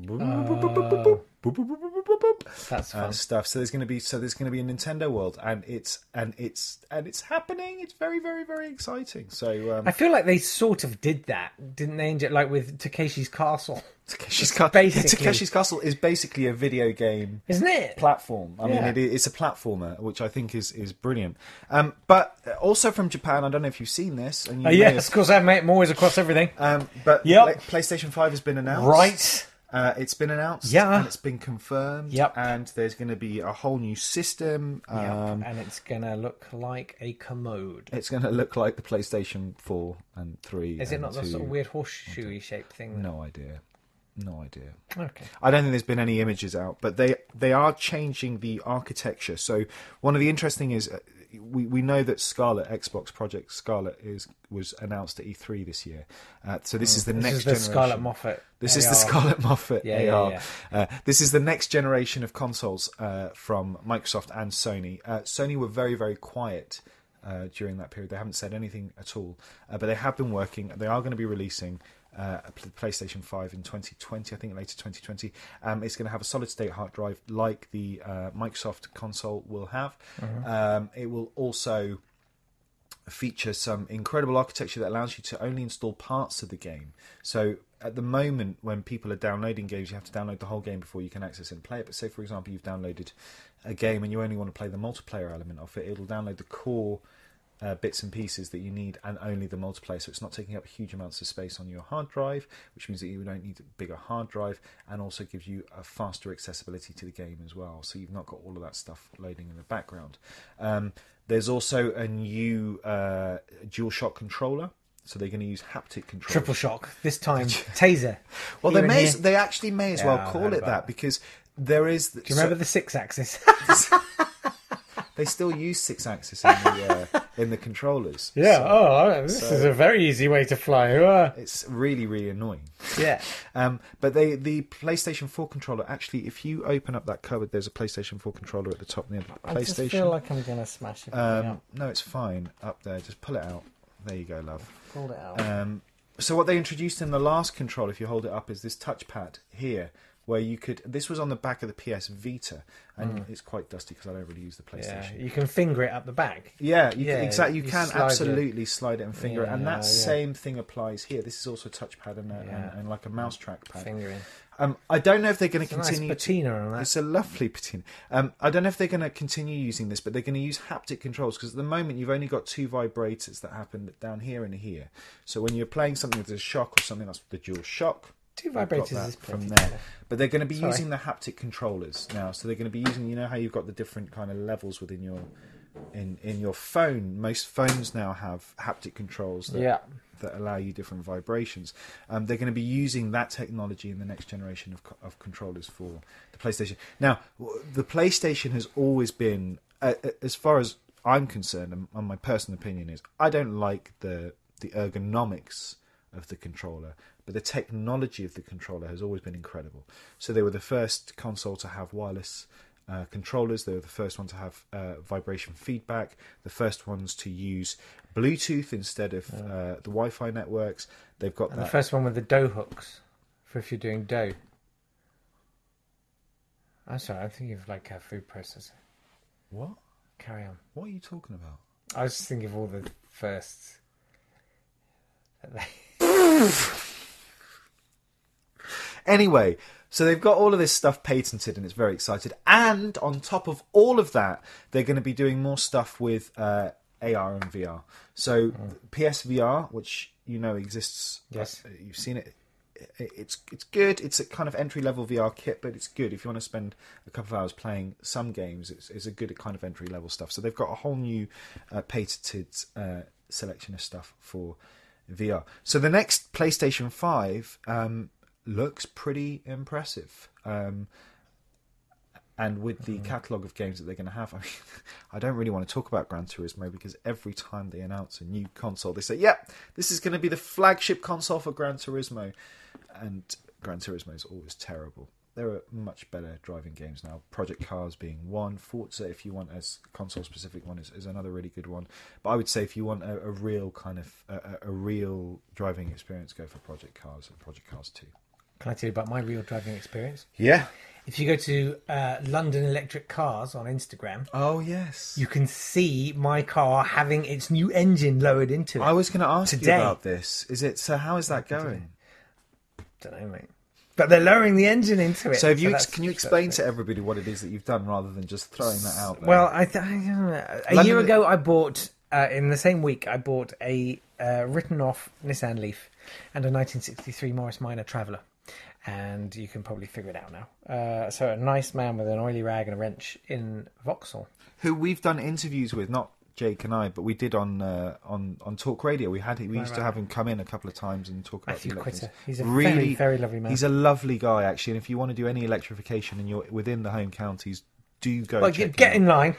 A: That's
B: uh,
A: fun.
B: stuff. So there's going to be so there's going to be a Nintendo World, and it's and it's and it's happening. It's very very very exciting. So um,
A: I feel like they sort of did that, didn't they? Angel? Like with Takeshi's Castle,
B: Takeshi's Castle.
A: basically-
B: Takeshi's Castle is basically a video game
A: isn't it?
B: platform. I mean,
A: Yeah.
B: it, i- it's a platformer, which I think is is brilliant. Um, but also from Japan, I don't know if you've seen this. And you
A: Uh,
B: may
A: yes, of course. I'm, mate, I'm always across everything.
B: have. Um, but
A: Yep.
B: Pla- PlayStation Five has been announced.
A: Right.
B: Uh, it's been announced.
A: Yeah.
B: And it's been confirmed.
A: Yep.
B: And there's going to be a whole new system.
A: Yep,
B: Um,
A: and it's gonna look like a commode.
B: It's going to look like the PlayStation 4 and 3.
A: Is it
B: and
A: not the
B: 2.
A: sort of weird horseshoey shaped thing?
B: No idea. No idea.
A: Okay.
B: I don't think there's been any images out, but they they are changing the architecture. So one of the interesting is uh, we, we know that Scarlet Xbox Project Scarlet is was announced at E3 this year. Uh, so this is the
A: Oh, This
B: next
A: is the
B: generation.
A: Scarlet Moffat.
B: This is the
A: AR.
B: Scarlet Moffat
A: Yeah, yeah,
B: AR.
A: yeah.
B: Uh, this is the next generation of consoles uh, from Microsoft and Sony. Uh, Sony were very, very quiet uh, during that period. They haven't said anything at all, uh, but they have been working. They are going to be releasing uh, a P- PlayStation 5 in 2020, I think later 2020. Um, it's going to have a solid state hard drive like the uh, Microsoft console will have.
A: Mm-hmm.
B: Um, it will also feature some incredible architecture that allows you to only install parts of the game. So at the moment, when people are downloading games, you have to download the whole game before you can access it and play it. But say, for example, you've downloaded a game and you only want to play the multiplayer element of it, it'll download the core uh, bits and pieces that you need and only the multiplayer. So it's not taking up huge amounts of space on your hard drive, which means that you don't need a bigger hard drive and also gives you a faster accessibility to the game as well. So you've not got all of that stuff loading in the background. Um, there's also a new uh, DualShock controller. So they're going to use haptic control.
A: Triple shock. This time, taser.
B: well, they
A: Here and
B: may
A: here.
B: they actually may as
A: Yeah,
B: well
A: I
B: call
A: heard
B: it
A: about
B: that because there is.
A: Do you remember the six axis?
B: they still use six axis in the uh, in the controllers? So
A: oh, this is a very easy way to fly.
B: it's really really annoying.
A: Yeah.
B: Um, but they the PlayStation 4 controller actually, if you open up that cupboard, there's a PlayStation 4 controller at the top near the
A: I just feel
B: PlayStation.
A: like I'm gonna smash it.
B: Um, no, it's fine up there. Just pull it out. There you go, love.
A: Pulled it out.
B: uh, Um, so what they introduced in the last control, if you hold it up, is this touchpad here, where you could. This was on the back of the PS Vita, and it's quite dusty because I don't really use the
A: Hmm. Yeah,
B: PlayStation.
A: you can finger it up the back.
B: Yeah, you
A: Yeah,
B: can, exactly. You,
A: you
B: can
A: slide it.
B: absolutely slide it and finger it, and
A: Yeah,
B: that
A: yeah.
B: same thing applies here. This is also a touchpad and, a,
A: Yeah.
B: and, and like a mouse track pad.
A: Fingering.
B: Um, I don't know if they're going
A: It's
B: to
A: a nice
B: continue.
A: patina on that.
B: It's a lovely patina. Um, I don't know if they're going to continue using this, but they're going to use haptic controls because at the moment you've only got two vibrators that happen down here and here. So when you're playing something with a shock or something, that's the dual shock.
A: Two
B: Got
A: vibrators
B: that
A: is
B: from
A: pretty
B: there. But they're going to be
A: Sorry.
B: using the haptic controllers now. So they're going to be using. You know how you've got the different kind of levels within your in in your phone. Most phones now have haptic controls. That,
C: Yeah.
B: That allow you different vibrations. Um, they're going to be using that technology in the next generation of, co- of controllers for the PlayStation. Now, w- the PlayStation has always been, uh, uh, as far as I'm concerned, and, and my personal opinion is, I don't like the the ergonomics of the controller, but the technology of the controller has always been incredible. So they were the first console to have wireless uh, controllers. They were the first one to have uh, vibration feedback. The first ones to use Bluetooth instead of uh, the Wi-Fi networks. They've got
A: And the
B: that.
A: first one with the dough hooks, for if you're doing dough. I'm sorry, I'm thinking of like a food processor.
B: what?
A: Carry on.
B: What are you talking about?
A: I was just thinking of all the firsts.
B: Anyway, so they've got all of this stuff patented and it's very excited. And on top of all of that, they're going to be doing more stuff with uh, AR and VR. So PSVR, which you know exists,
A: Yes.
B: uh, you've seen it. It- It's it's good. It's a kind of entry level VR kit, but it's good if you want to spend a couple of hours playing some games. It's, it's a good kind of entry level stuff. So they've got a whole new uh, patented uh, selection of stuff for VR. So the next PlayStation Five um, looks pretty impressive. Um, and with the catalogue of games that they're going to have, I mean, I don't really want to talk about Gran Turismo because every time they announce a new console, they say, "Yep, this is going to be the flagship console for Gran Turismo," and Gran Turismo is always terrible. There are much better driving games now. Project Cars being one, Forza, if you want a console specific one, is, is another really good one. But I would say if you want a, a real kind of a, a- a real driving experience, go for Project Cars and Project Cars Two.
A: Can I tell you about my real driving experience?
B: Yeah.
A: If you go to uh, London Electric Cars on Instagram,
B: Oh yes.
A: you can see my car having its new engine lowered into it.
B: I was going to ask
A: Today.
B: you about this. Is it so? How is that going?
A: don't know, mate. But they're lowering the engine into it.
B: So, have you? ex-
A: that's-
B: can you
A: that's
B: explain
A: it.
B: to everybody what it is that you've done rather than just throwing that out? There?
A: Well, I, th- I don't know. a
B: London-
A: year ago, I bought uh, in the same week I bought a uh, written-off Nissan Leaf and a 1963 Morris Minor Traveller, and you can probably figure it out now. Uh, so a nice man with an oily rag and a wrench in Vauxhall.
B: who we've done interviews with, not Jake and I, but we did on uh, on on Talk Radio. We had we used to have him come in a couple of times and talk about
A: Matthew
B: the
A: Quitter.
B: electric-
A: He's a very, very lovely man.
B: He's a lovely guy, actually. And if you want to do any electrification and you're within the home counties, do go.
A: Well,
B: check
A: you
B: him
A: get
B: out.
A: in line,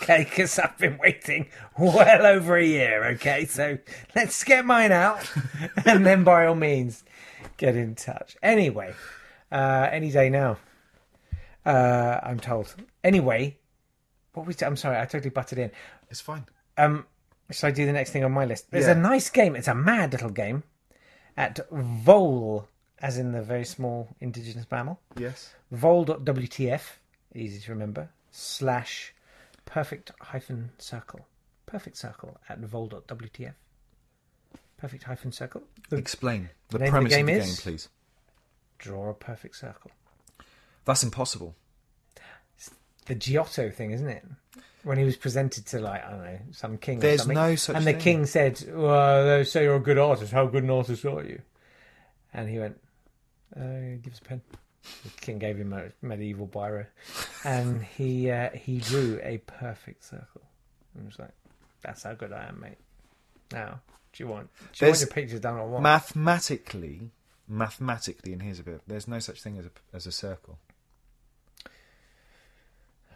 A: okay? Because I've been waiting well over a year, okay? So let's get mine out, and then by all means, get in touch. Anyway, uh, any day now, uh, I'm told. Anyway, what was? I'm sorry, I totally butted in.
B: It's fine.
A: Um, should I do the next thing on my list? There's
B: Yeah.
A: a nice game. It's a mad little game at Vole, as in the very small indigenous mammal
B: Yes.
A: vol.wtf, easy to remember, slash perfect hyphen circle. Perfect circle at vol.wtf. Perfect hyphen circle.
B: Explain the
A: name of the
B: premise of the,
A: game
B: game,
A: is?
B: please.
A: Draw a perfect circle.
B: That's impossible.
A: The Giotto thing, isn't it? When he was presented to, like, I don't know, some king
B: There's
A: or something.
B: no such
A: And the
B: thing.
A: king said, Well, they say you're a good artist. How good an artist are you? And he went, uh, Give us a pen. The king gave him a medieval biro. And he uh, he drew a perfect circle. And was like, That's how good I am, mate. Now, do you want, do you want
B: There's-
A: your pictures done or what?
B: Mathematically, mathematically, and here's a bit. There's no such thing as a, as a circle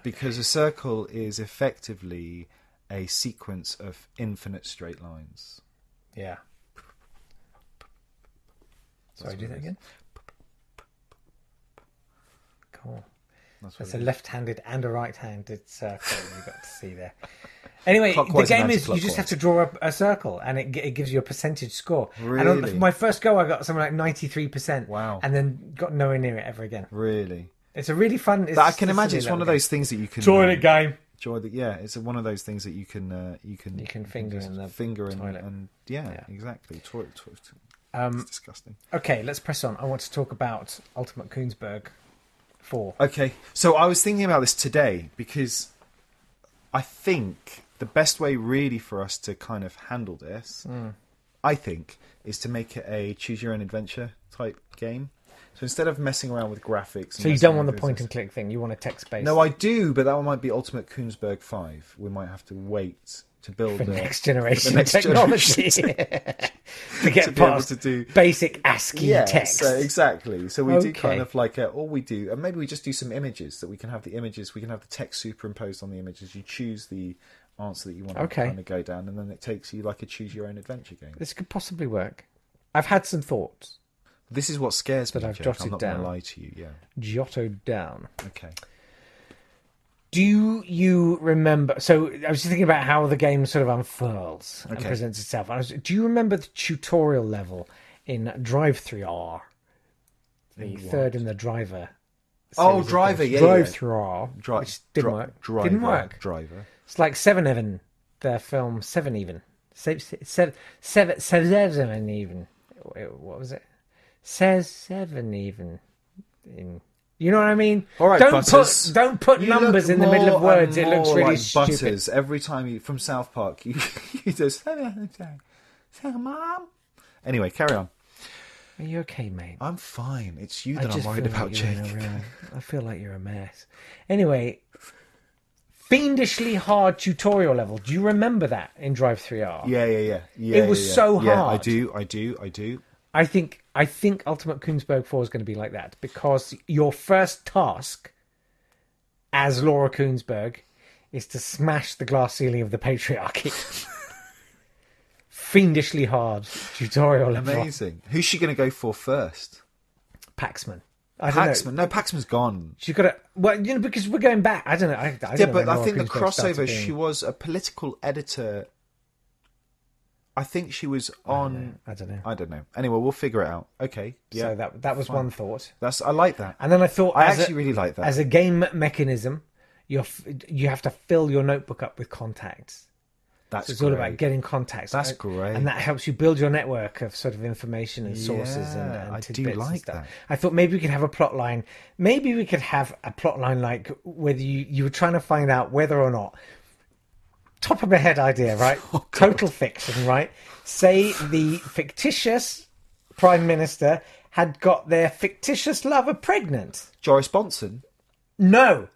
B: because a circle is effectively a sequence of infinite straight lines.
A: yeah. Sorry, do that again. Cool.
B: That's
A: That's
B: what
A: a
B: it is.
A: left-handed and a right-handed circle you got to see there. Anyway,
B: Clockwise
A: the
B: and
A: game is you
B: anti-clockwise.
A: just have to draw a, a circle, and it, g- it gives you a percentage score. And on the,
B: Really?
A: my first go, I got something like ninety-three percent.
B: Wow.
A: And then got nowhere near it ever again.
B: Really.
A: It's a really fun. It's
B: But I
A: just
B: can
A: a
B: imagine
A: silly
B: it's one
A: little
B: of those things that you can
A: game. toilet game.
B: Joy that yeah, it's one of those things that you can uh, you can
A: You can finger
B: just
A: in the
B: finger and,
A: toilet.
B: and yeah,
A: Yeah.
B: exactly. Toilet, toilet.
A: Um,
B: it's disgusting.
A: okay, let's press on. I want to talk about Ultimate Koonsberg Four.
B: Okay, so I was thinking about this today because I think the best way really for us to kind of handle this,
A: Mm.
B: I think, is to make it a choose your own adventure type game. So instead of messing around with graphics, and
A: So you
B: messing
A: don't
B: around
A: want the
B: with
A: point
B: this-
A: and click thing. You want a text-based.
B: No, I do, but that one might be Ultimate Koonsberg Five. We might have to wait to build
A: for
B: the
A: next generation
B: next
A: technology to get
B: to be able
A: past
B: to do
A: basic ASCII text.
B: So uh, exactly. So we do
A: Okay.
B: kind of like, a, or we do, and maybe we just do some images that we can have the images, we can have the text superimposed on the images. You choose the answer that you want
A: Okay.
B: to kind of go down, and then it takes you like a choose your own adventure game.
A: This could possibly work. I've had some thoughts
B: This is what scares
A: That
B: me.
A: I've
B: Jeff.
A: jotted
B: I'm not
A: down.
B: gonna lie to you. Yeah.
A: jotted down.
B: Okay.
A: Do you remember? So I was just thinking about how the game sort of unfurls and
B: Okay.
A: presents itself. I was, do you remember the tutorial level in Drive Three R, the third and the driver?
B: Oh,
A: series of
B: Driver,
A: games?
B: yeah,
A: Drive
B: yeah.
A: Through R,
B: Dri-
A: which didn't
B: dri-
A: work.
B: Driver,
A: Didn't work.
B: Driver.
A: It's like Seven Even, their film Seven Even. Se- se- se- Seven, seven, seven Even. Wait, What was it? Says Seven Even. In, you know what I mean?
B: All right,
A: don't
B: Butters.
A: put don't put
B: You
A: numbers
B: look
A: in the middle
B: more
A: of words.
B: and
A: It looks
B: more
A: really
B: like
A: stupid.
B: Butters every time you from South Park. You, you just mom. Anyway, carry on.
A: Are you okay, mate?
B: I'm fine. It's you
A: I
B: that I'm worried
A: feel like
B: about,
A: you're
B: Jake.
A: in a real- I feel like you're a mess. Anyway, fiendishly hard tutorial level. Do you remember that in Drive Three R?
B: Yeah, yeah, yeah. yeah
A: It was
B: yeah, yeah.
A: so
B: Yeah, I
A: hard.
B: do, I do, I do.
A: I think I think Ultimate Koonsberg Four is going to be like that because your first task as Laura Koonsberg is to smash the glass ceiling of the patriarchy. Fiendishly hard tutorial level.
B: Amazing. Who's she going to go for first?
A: Paxman. I don't know.
B: Paxman. No, Paxman's gone.
A: She's got to. Well, you know, because we're going back. I don't know. I, I don't
B: Yeah,
A: know
B: but
A: when
B: I
A: Laura
B: think the
A: Koonsberg started
B: crossover.
A: being-
B: She was a political editor. I think she was on.
A: I don't know.
B: I don't know. Anyway, we'll figure it out. Okay. Yeah.
A: so that that was one thought,
B: That's. I like that.
A: and then I thought
B: I
A: as
B: actually
A: a,
B: really like that.
A: as a game mechanism, you f- you have to fill your notebook up with contacts.
B: That's
A: So it's all about
B: great.
A: getting contacts.
B: That's
A: and,
B: great.
A: and that helps you build your network of sort of information and sources and,
B: Yeah,
A: and
B: I do
A: tidbits and
B: like
A: stuff.
B: that.
A: I thought maybe we could have a plot line. Maybe we could have a plot line like whether you you were trying to find out whether or not. Top of my head idea, right?
B: Oh,
A: Total fiction, right? Say the fictitious prime minister had got their fictitious lover pregnant.
B: Joris Bonson.
A: No,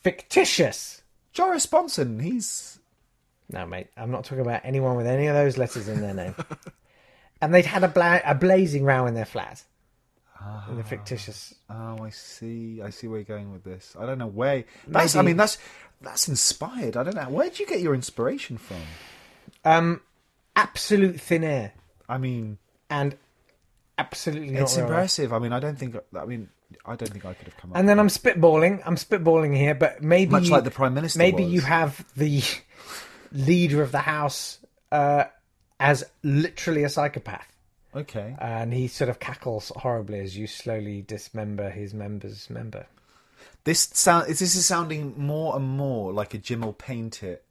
A: fictitious.
B: Joris Bonson. He's.
A: No, mate, I'm not talking about anyone with any of those letters in their name. and they'd had a, bla- a blazing row in their flat. in
B: Ah.
A: the fictitious.
B: Oh, I see. I see where you're going with this. I don't know where. That's. I mean, that's. That's inspired. I don't know. Where would you get your inspiration from?
A: Um, absolute thin air.
B: I mean,
A: And absolutely not
B: it's
A: real life.
B: impressive. I mean, I don't think. I mean, I don't think I could have come up.
A: And then I'm spitballing. I'm spitballing here, but maybe.
B: Much
A: you-
B: like the Prime Minister
A: Maybe
B: was.
A: you have the leader of the house uh, as literally a psychopath.
B: okay.
A: And he sort of cackles horribly as you slowly dismember his member's member.
B: This sound. This is sounding more and more like a Jim will paint it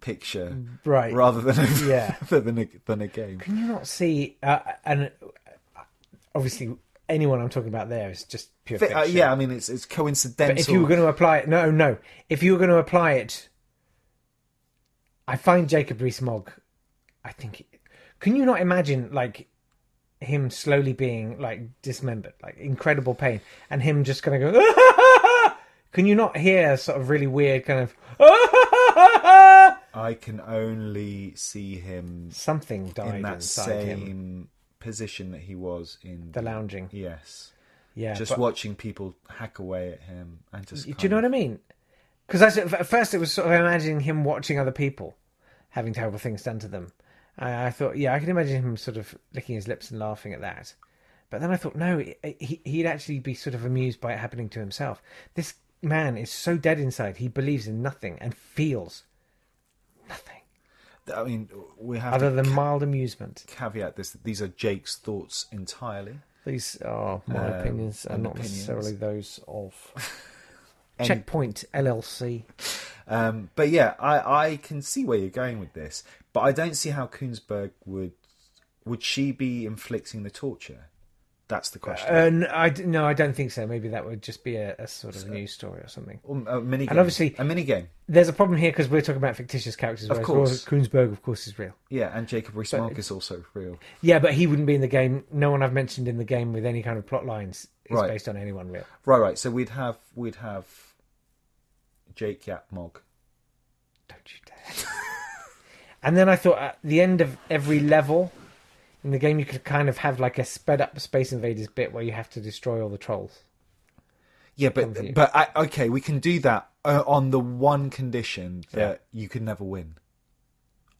B: picture,
A: Right.
B: Rather than a,
A: Yeah.
B: than a, than a game.
A: Can you not see? Uh, and uh, obviously, anyone I'm talking about there is just pure
B: But,
A: fiction.
B: uh, yeah, I mean, it's it's coincidental.
A: If you were going to apply it, no, no. If you were going to apply it, I find Jacob Rees-Mogg. I think. Can you not imagine like him slowly being like dismembered, like incredible pain, and him just kind of go? Can you not hear sort of really weird kind of
B: I can only see him
A: something died
B: in that
A: inside
B: same
A: him?
B: position that he was in.
A: The lounging,
B: yes.
A: yeah.
B: Just
A: but-
B: watching people hack away at him and just.
A: Do you know what I mean? Because I sort of- at first it was sort of imagining him watching other people having terrible things done to them. I, I thought, yeah, I can imagine him sort of licking his lips and laughing at that. But then I thought, no, he, he- he'd actually be sort of amused by it happening to himself. This man is so dead inside, he believes in nothing and feels nothing
B: I mean, we have
A: other
B: to
A: than mild amusement.
B: caveat this. That these are Jake's thoughts entirely.
A: These are my
B: Um,
A: opinions, and
B: and
A: not
B: opinions.
A: necessarily those of
B: Any-
A: Checkpoint LLC.
B: Um, but yeah, I, I can see where you're going with this, but I don't see how Koonsberg would would she be inflicting the torture? That's the question.
A: Uh, no, I, d- no, I don't think so. Maybe that would just be a, a sort of news story or something.
B: Or Um, a mini
A: and obviously-
B: a mini game.
A: There's a problem here because we're talking about fictitious characters. Of
B: course.
A: Koonsberg, of course, is real.
B: Yeah, and Jacob Rees-Mogg is also real.
A: Yeah, but he wouldn't be in the game. No one I've mentioned in the game with any kind of plot lines is
B: Right.
A: based on anyone real.
B: Right, right. So we'd have we'd have Jake Yapmog.
A: Don't you dare. and then I thought at the end of every level in the game, you could kind of have like a sped up Space Invaders bit where you have to destroy all the trolls.
B: Yeah,
A: Come to you.
B: but but I, okay, we can do that uh, on the one condition that you can never win.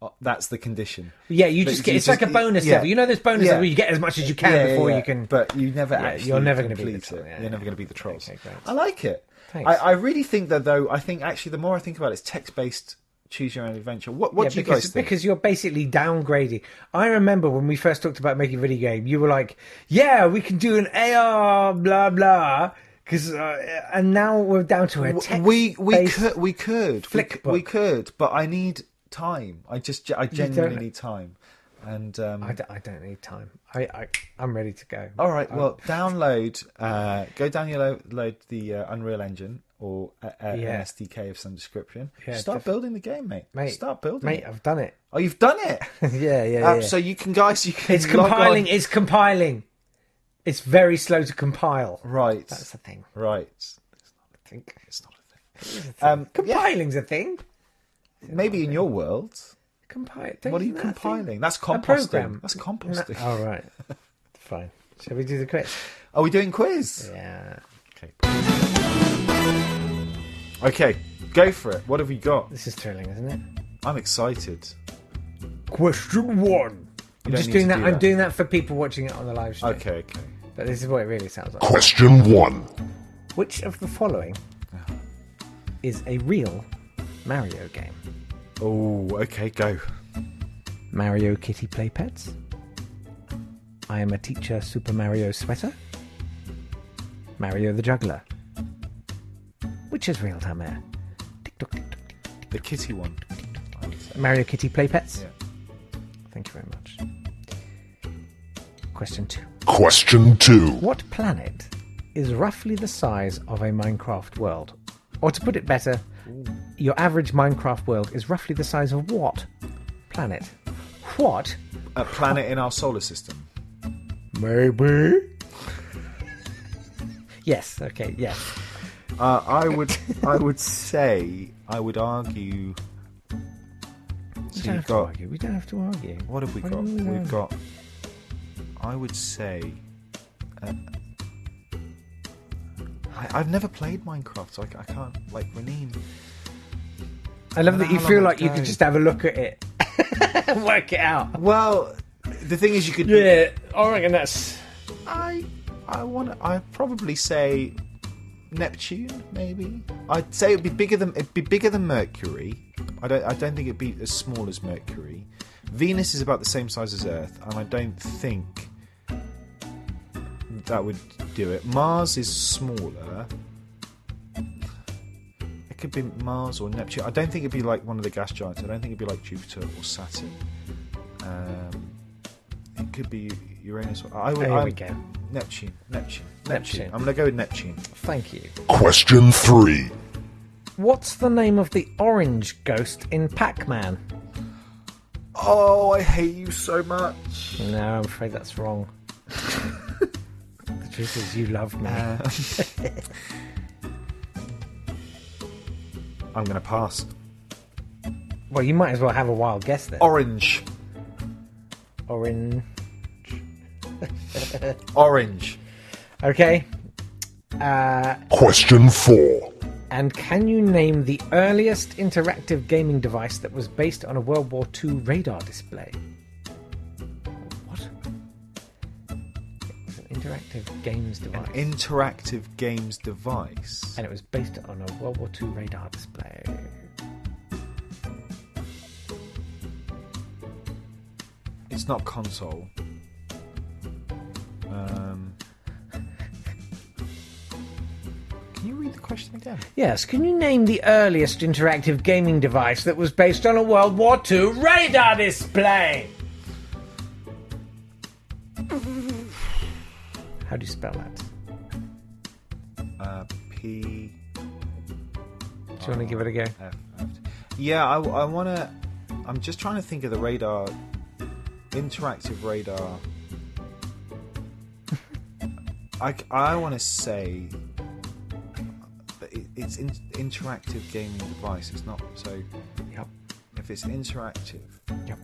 B: Uh, That's the condition.
A: Yeah, you
B: But
A: just get
B: you
A: it's
B: just-
A: like a bonus
B: yeah.
A: level. You know, there's bonus
B: Yeah.
A: level where you get as much as you can
B: Yeah, yeah,
A: before
B: yeah.
A: you can.
B: But you never actually.
A: you're never gonna beat the
B: complete
A: troll,
B: it.
A: yeah,
B: You're never
A: yeah.
B: going to beat the trolls.
A: Okay, great.
B: I like it.
A: Thanks.
B: I, I really think that though. I think actually, the more I think about it, it's text based. Choose your own adventure. What What
A: Yeah,
B: do you
A: because,
B: guys think?
A: because you're basically downgrading. I remember when we first talked about making a video game, you were like, "Yeah, we can do an AR, blah blah," because uh, and now we're down to a text.
B: we we
A: based-
B: could we could
A: flick
B: we, we
A: book.
B: could, but I need time. I just I genuinely need time. And um,
A: I, don't, I don't need time. I, I I'm ready to go.
B: All right. Well, download. Uh, go download the uh, Unreal Engine or uh, a, a,
A: Yeah.
B: an SDK of some description.
A: Yeah,
B: Start
A: def-
B: building the game, mate.
A: Mate,
B: Start building.
A: mate,
B: it.
A: I've done it.
B: Oh, you've done it.
A: yeah, yeah,
B: Uh,
A: yeah.
B: So you can, guys. You can.
A: it's
B: log on-
A: compiling. It's compiling. It's very slow to compile.
B: Right.
A: That's the thing.
B: right.
A: I think
B: It's not a thing. Um,
A: compiling's a thing.
B: maybe in your world.
A: Compile.
B: What are you compiling? That's
A: A
B: composting.
A: program.
B: That's composting.
A: All right. Fine. Shall we do the quiz?
B: Are we doing quiz?
A: Yeah.
B: Okay. Go for it. What have we got?
A: This is thrilling, isn't it?
B: I'm excited.
A: Question one. I'm
B: don't
A: just
B: need to
A: doing that.
B: do
A: I'm
B: that.
A: doing that for people watching it on the live stream.
B: Okay. Okay.
A: But this is what it really sounds like.
D: Question one.
A: Which of the following is a real Mario game?
B: Oh. Okay. Go.
A: Mario Kitty Play Pets. I am a teacher Super Mario Sweater. Mario the Juggler. Which is real, damn it. Tick tock, tick tock, tick tock.
B: The kitty one. I would say.
A: Mario Kitty Play Pets.
B: Yeah.
A: Thank you very much. Question two.
D: Question two.
A: What planet is roughly the size of a Minecraft world? Or to put it better, your average Minecraft world is roughly the size of what planet? What?
B: a planet in our solar system.
A: Maybe. yes, okay, yes.
B: Uh, I would, I would say, I would argue.
A: We
B: So you've
A: don't have to
B: got
A: argue. We don't have to argue.
B: what have we
A: Why
B: got?
A: do we
B: We've
A: argue?
B: got. I would say. Uh, I, I've never played Minecraft, so I, c- I can't like rename.
A: I love that you
B: How
A: feel
B: long
A: like you
B: ago?
A: could just have a look at it and work it out.
B: Well, the thing is, you could.
C: Yeah, I reckon that's.
B: I, I want. to I probably say Neptune, maybe. I'd say it'd be bigger than it'd be bigger than Mercury. I don't. I don't think it'd be as small as Mercury. Venus is about the same size as Earth, and I don't think that would do it. Mars is smaller. It could be Mars or Neptune. I don't think it'd be like one of the gas giants. I don't think it'd be like Jupiter or Saturn. Um, it could be Uranus. Or, I would.
A: There we
B: I'm-
A: go.
B: Neptune, Neptune, Neptune.
A: Neptune.
B: I'm gonna go with Neptune.
A: Thank you.
D: Question three.
A: What's the name of the orange ghost in Pac Man?
B: Oh, I hate you so much.
A: No, I'm afraid that's wrong. the truth is, you love me.
B: I'm gonna pass.
A: well, you might as well have a wild guess then.
B: Orange,
A: Orin.
B: orange.
A: Okay. Uh,
D: Question four.
A: and can you name the earliest interactive gaming device that was based on a World War II radar display? What? It was an interactive games device.
B: Interactive games device.
A: and it was based on a World War II radar display.
B: It's not console. Um, can you read the question again?
A: Yes, can you name the earliest interactive gaming device that was based on a World War II radar display? How do you spell that? Do
B: Uh, P.
A: you want to give it a go?
B: F, F. Yeah, I, I want to. I'm just trying to think of the radar, interactive radar. I, want to say that it, it's in, interactive gaming device. It's not so.
A: Yep.
B: If it's interactive
A: Yep.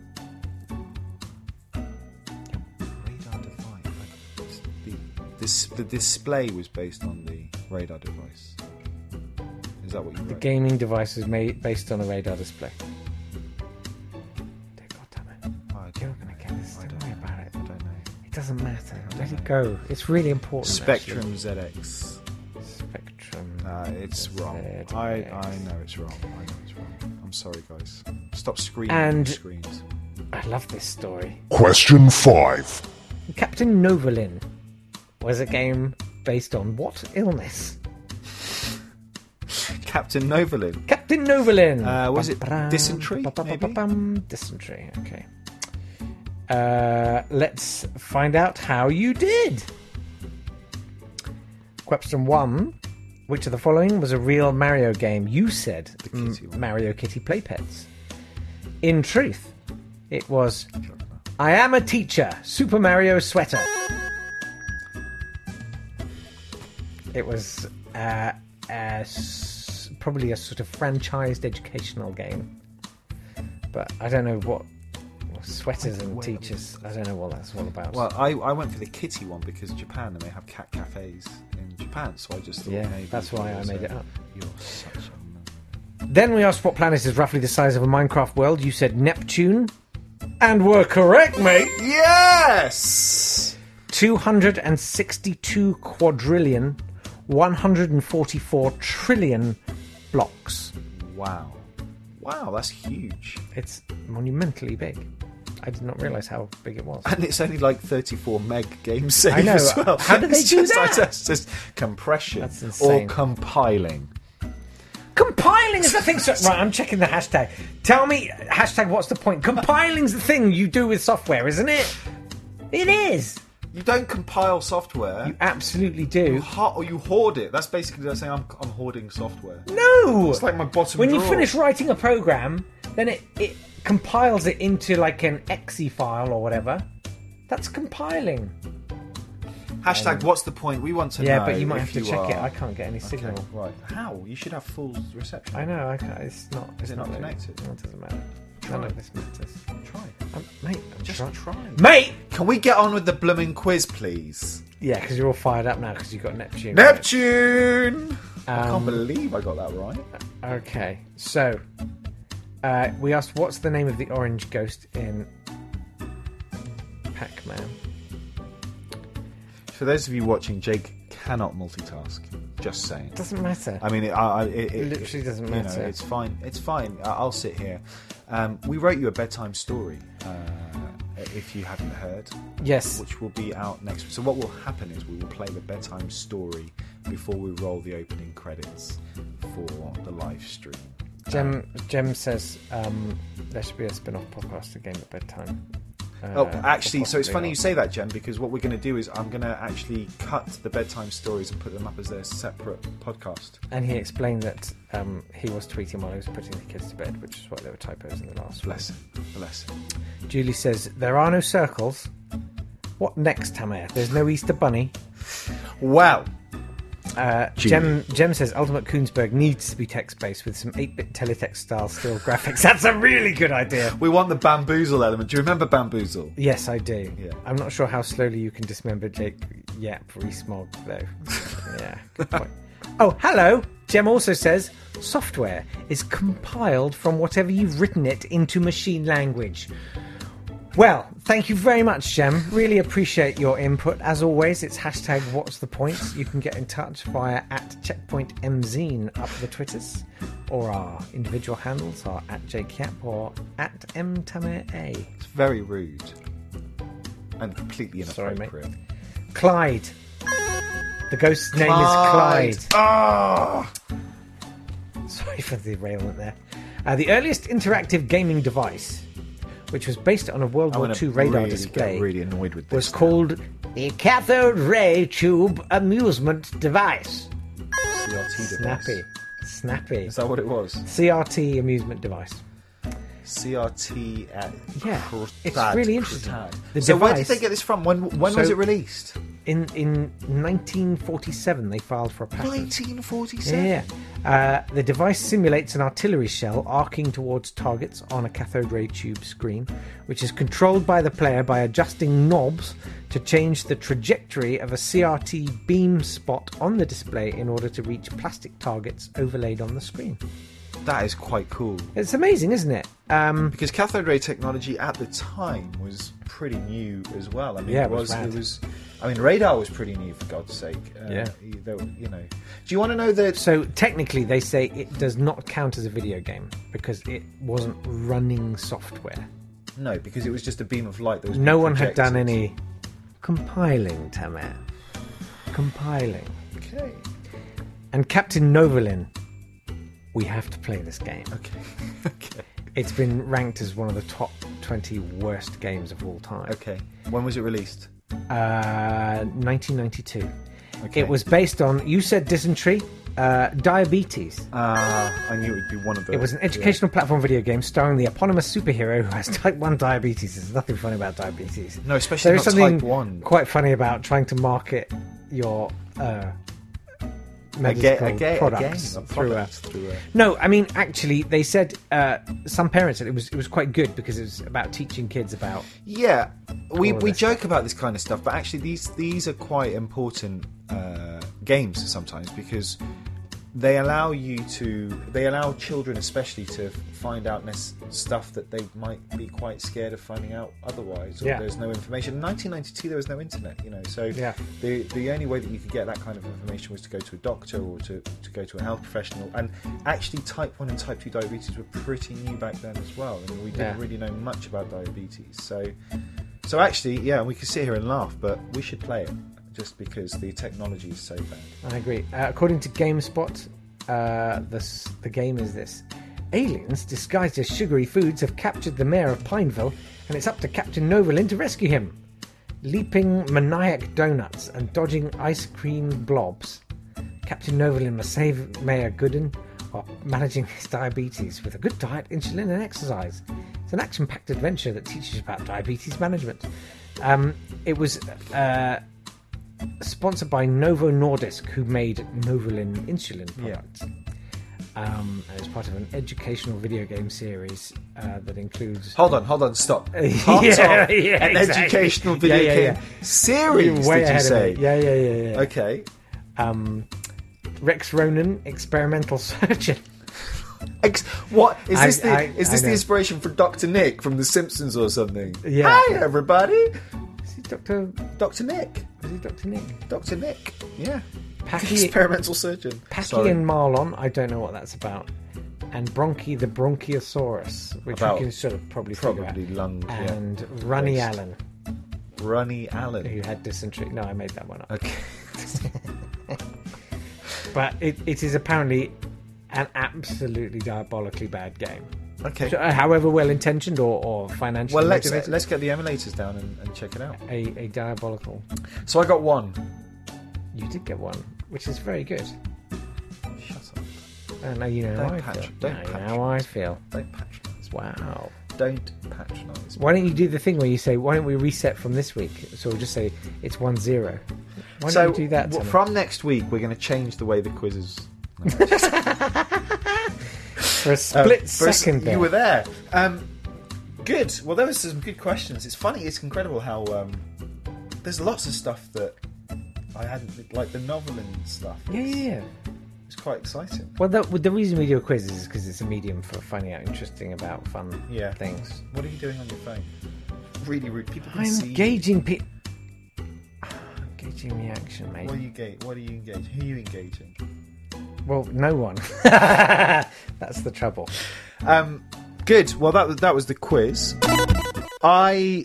B: radar device, like it's the this the display was based on the radar device. Is that what you?
A: The
B: wrote?
A: gaming device is made based on a radar display. Dear God damn it.
B: I
A: You're
B: don't
A: going
B: know.
A: to get this.
B: I
A: Don't
B: don't
A: worry
B: know.
A: about it.
B: I don't know.
A: It doesn't matter.
B: I don't
A: Let
B: know.
A: it go. It's really important.
B: Spectrum ZX.
A: actually. Spectrum.
B: Nah, Uh, it's
A: ZX.
B: wrong. I, I know it's wrong. I know it's wrong. I'm sorry, guys. Stop screaming
A: And-
B: and... screens.
A: I love this story.
D: Question 5.
A: Captain Novalin was a game based on what illness?
B: Captain Novalin.
A: Captain Novalin.
B: Uh, was it dysentery,
A: ba-ba-ba-ba-bum. Dysentery. Okay. Uh, let's find out how you did. Question one: Which of the following was a real Mario game? You said
B: The kitty one.
A: Mario Kitty Play Pets. In truth, it was I am a teacher. Super Mario sweater. It was uh, a s- probably a sort of franchised educational game, but I don't know what well, sweaters and teachers. I don't know what that's all about.
B: Well, I, I went for the kitty one because Japan and they have cat cafes in Japan, so I just thought
A: Yeah,
B: maybe
A: that's why
B: it
A: I
B: was
A: made
B: a-
A: it up.
B: You're such a. man.
A: Then we asked what planet is roughly the size of a Minecraft world. You said Neptune, and were correct, mate.
B: Yes.
A: 262 quadrillion, 144 trillion blocks.
B: Wow. Wow, that's huge.
A: It's monumentally big. I did not realize how big it was.
B: And it's only like 34 meg game save
A: know.
B: as well.
A: How do they
B: It's
A: do
B: just,
A: that?
B: That's just compression
A: That's
B: or
A: insane.
B: compiling.
A: Compiling's the thing. So, right, I'm checking the hashtag. Tell me, hashtag, what's the point? Compiling's the thing you do with software, isn't it? It is.
B: You don't compile software.
A: You absolutely do.
B: ho- or you hoard it. That's basically like saying I'm, I'm hoarding software.
A: No!
B: It's like my bottom.
A: when you
B: drawer.
A: finish writing a program, then it, it compiles it into like an exe file or whatever. That's compiling.
B: hashtag what's the point? We want to
A: Yeah,
B: know.
A: but you might
B: if
A: have to check
B: are-
A: it. I can't get any signal.
B: Okay, right? How you should have full reception.
A: I know. I can't, it's not. It's
B: it not
A: loading.
B: connected?
A: No, it doesn't matter. None of this matters.
B: Try.
A: Um, mate, I'm
B: Just
A: try-
B: try.
A: Mate.
B: Can we get on with the blooming quiz, please?
A: Yeah, because you're all fired up now because you got Neptune.
B: Neptune. I
A: Um,
B: can't believe I got that right.
A: Okay, so uh, we asked what's the name of the orange ghost in Pac-Man.
B: For those of you watching, Jake cannot multitask. Just saying.
A: Doesn't matter.
B: I mean, it, I, I- it, it
A: Literally doesn't
B: you know,
A: matter.
B: it's fine. It's fine. I- I'll sit here. Um, we wrote you a bedtime story, uh, if you haven't heard,
A: yes.
B: which will be out next. week. So what will happen is we will play the bedtime story before we roll the opening credits for the live stream.
A: Jem
B: uh,
A: Jem says um, there should be a spin-off podcast again at bedtime. Uh,
B: Oh,
A: or
B: actually, so it's
A: possibly
B: funny you
A: not.
B: say that, Jen, because what we're going to do is I'm going to actually cut the bedtime stories and put them up as their separate podcast.
A: And he explained that um, he was tweeting while he was putting the kids to bed, which is why there were typos in the last. one.
B: Bless him. Bless him.
A: Julie says there are no circles. What next, Tamer? There's no Easter Bunny.
B: Wow.
A: Uh,
B: Julie.
A: Gem, Gem says Ultimate Koonsberg needs to be text based with some 8 bit teletext style still graphics. That's a really good idea.
B: We want the bamboozle element. Do you remember bamboozle?
A: Yes, I do.
B: Yeah.
A: I'm not sure how slowly you can dismember Jake Yap Rees Mogg, though. yeah, good point. Oh, hello! Gem also says software is compiled from whatever you've written it into machine language. Well, thank you very much, Jem. Really appreciate your input. As always, it's hashtag what's the point. You can get in touch via at checkpoint mzine up the Twitters, or our individual handles are at jcap or at mtamea.
B: It's very rude and completely
A: Sorry, mate.
B: inappropriate.
A: Clyde. The ghost's name is Clyde.
B: Ah!
A: Sorry for the derailment there. Uh, the earliest interactive gaming device, which was based on a World
B: I'm
A: War
B: gonna
A: II radar
B: really
A: display,
B: Get really annoyed with this.
A: was called the cathode ray tube amusement device.
B: CRT device.
A: Snappy. Snappy.
B: Is that what it was?
A: CRT amusement device.
B: CRT at
A: Yeah,
B: Crotad.
A: it's really interesting.
B: Crotad.
A: The
B: so where did
A: device-
B: they get this from? When when was
A: So-
B: it released?
A: In in 1947, they filed for a patent.
B: 1947.
A: Yeah. Uh, the device simulates an artillery shell arcing towards targets on a cathode ray tube screen, which is controlled by the player by adjusting knobs to change the trajectory of a CRT beam spot on the display in order to reach plastic targets overlaid on the screen.
B: That is quite cool
A: It's amazing, isn't it? Um,
B: because cathode ray technology at the time was pretty new as well. I mean,
A: Yeah,
B: it
A: it was
B: was.
A: rad.
B: It was. I mean, radar was pretty new for God's sake. Uh,
A: Yeah.
B: You, there were- you know. Do you want to know the?
A: so technically, they say it does not count as a video game because it wasn't running software.
B: No, because it was just a beam of light that was.
A: No
B: being
A: one had done
B: projected.
A: any compiling, Tamer. Compiling.
B: Okay.
A: And Captain Novalin, we have to play this game.
B: Okay. okay.
A: It's been ranked as one of the top 20 worst games of all time.
B: Okay. When was it released?
A: Uh, 1992.
B: Okay.
A: It was based on, you said dysentery, uh, diabetes.
B: Uh, I knew it would be one of those.
A: It was an educational platform video game starring the eponymous superhero who has type 1 diabetes. There's nothing funny about diabetes.
B: No, especially
A: There is
B: not
A: something
B: type one.
A: quite funny about trying to market your uh, medical products through a.
B: through a-
A: No, I mean actually, they said uh, some parents said it was it was quite good because it was about teaching kids about.
B: Yeah, we,
A: All of
B: we
A: this
B: joke about this kind of stuff, but actually these these are quite important uh, games sometimes because they allow you to they allow children especially to find out nes- stuff that they might be quite scared of finding out otherwise or
A: Yeah.
B: there's no information in 1992 there was no internet you know so
A: Yeah.
B: the the only way that you could get that kind of information was to go to a doctor or to, to go to a health professional and actually type 1 and type 2 diabetes were pretty new back then as well and we didn't
A: Yeah.
B: really know much about diabetes so so actually yeah we could sit here and laugh but we should play it just because the technology is so bad
A: I agree. Uh, according to GameSpot, uh, this the game is this: aliens disguised as sugary foods have captured the mayor of Pineville, and it's up to Captain Novalin to rescue him. Leaping maniac donuts and dodging ice cream blobs, Captain Novalin must save Mayor Gooden while managing his diabetes with a good diet, insulin, and exercise. It's an action packed adventure that teaches about diabetes management. Um, it was uh, sponsored by Novo Nordisk, who made Novalin insulin products. Um, and it's part of an educational video game series uh, that includes.
B: Hold on, hold on, stop. Part
A: Yeah,
B: of
A: yeah,
B: an
A: exactly.
B: educational
A: Yeah,
B: video
A: yeah,
B: game
A: yeah.
B: series,
A: Way
B: did you
A: ahead of
B: say?
A: me. Yeah, yeah, yeah, yeah.
B: Okay.
A: Um, Rex Ronan, experimental surgeon.
B: Ex- what is
A: I-
B: this? the,
A: I-
B: is
A: I
B: this the
A: know.
B: inspiration for Doctor Nick from The Simpsons or something?
A: Yeah.
B: Hi everybody,
A: Is he Doctor?
B: Doctor Nick,
A: Is he Doctor Nick?
B: Doctor Nick. Yeah,
A: Packy,
B: experimental surgeon.
A: Packy
B: Sorry.
A: and Marlon. I don't know what that's about. And Bronchi the Bronchiosaurus, which
B: About-
A: we can sort of probably figure
B: probably
A: out.
B: lung. Yeah.
A: And Runny
B: Waste.
A: Allen,
B: Ronnie Allen.
A: who had dysentery. No, I made that one up.
B: Okay.
A: But it, it is apparently an absolutely diabolically bad game.
B: Okay.
A: So, uh, however well intentioned or, or financially
B: well, let's
A: motivated,
B: let's get the emulators down and, and check it out.
A: a, a diabolical.
B: So I got one.
A: You did get one, which is very good.
B: Shut up!
A: And now you know
B: Don't
A: how I
B: patch-
A: feel.
B: don't
A: Now you
B: patch.
A: know how I feel.
B: Don't patronise.
A: Wow.
B: Don't patronise.
A: Why don't you do the thing where you say, why don't we reset from this week? So we'll just say it's 1 0. Why
B: so
A: don't you do that?
B: w-
A: Tim?
B: from next week, we're going to change the way the quizzes. uh,
A: for a split
B: Bruce,
A: Uh, second there.
B: you were there. Um, good. Well, there was some good questions. It's funny. It's incredible how um, there's lots of stuff that I hadn't like the novel and stuff.
A: yeah, yeah, yeah.
B: It's quite exciting.
A: Well, the, the reason we do a quiz is because it's a medium for finding out interesting about fun
B: Yeah.
A: things.
B: What are you doing on your phone? really rude. People can see.
A: I'm
B: you.
A: gauging pe- gauging reaction, mate.
B: What are you engage? What are you engaging? Who are you engaging?
A: Well, no one. That's the trouble.
B: Um, good. Well, that was that was the quiz. I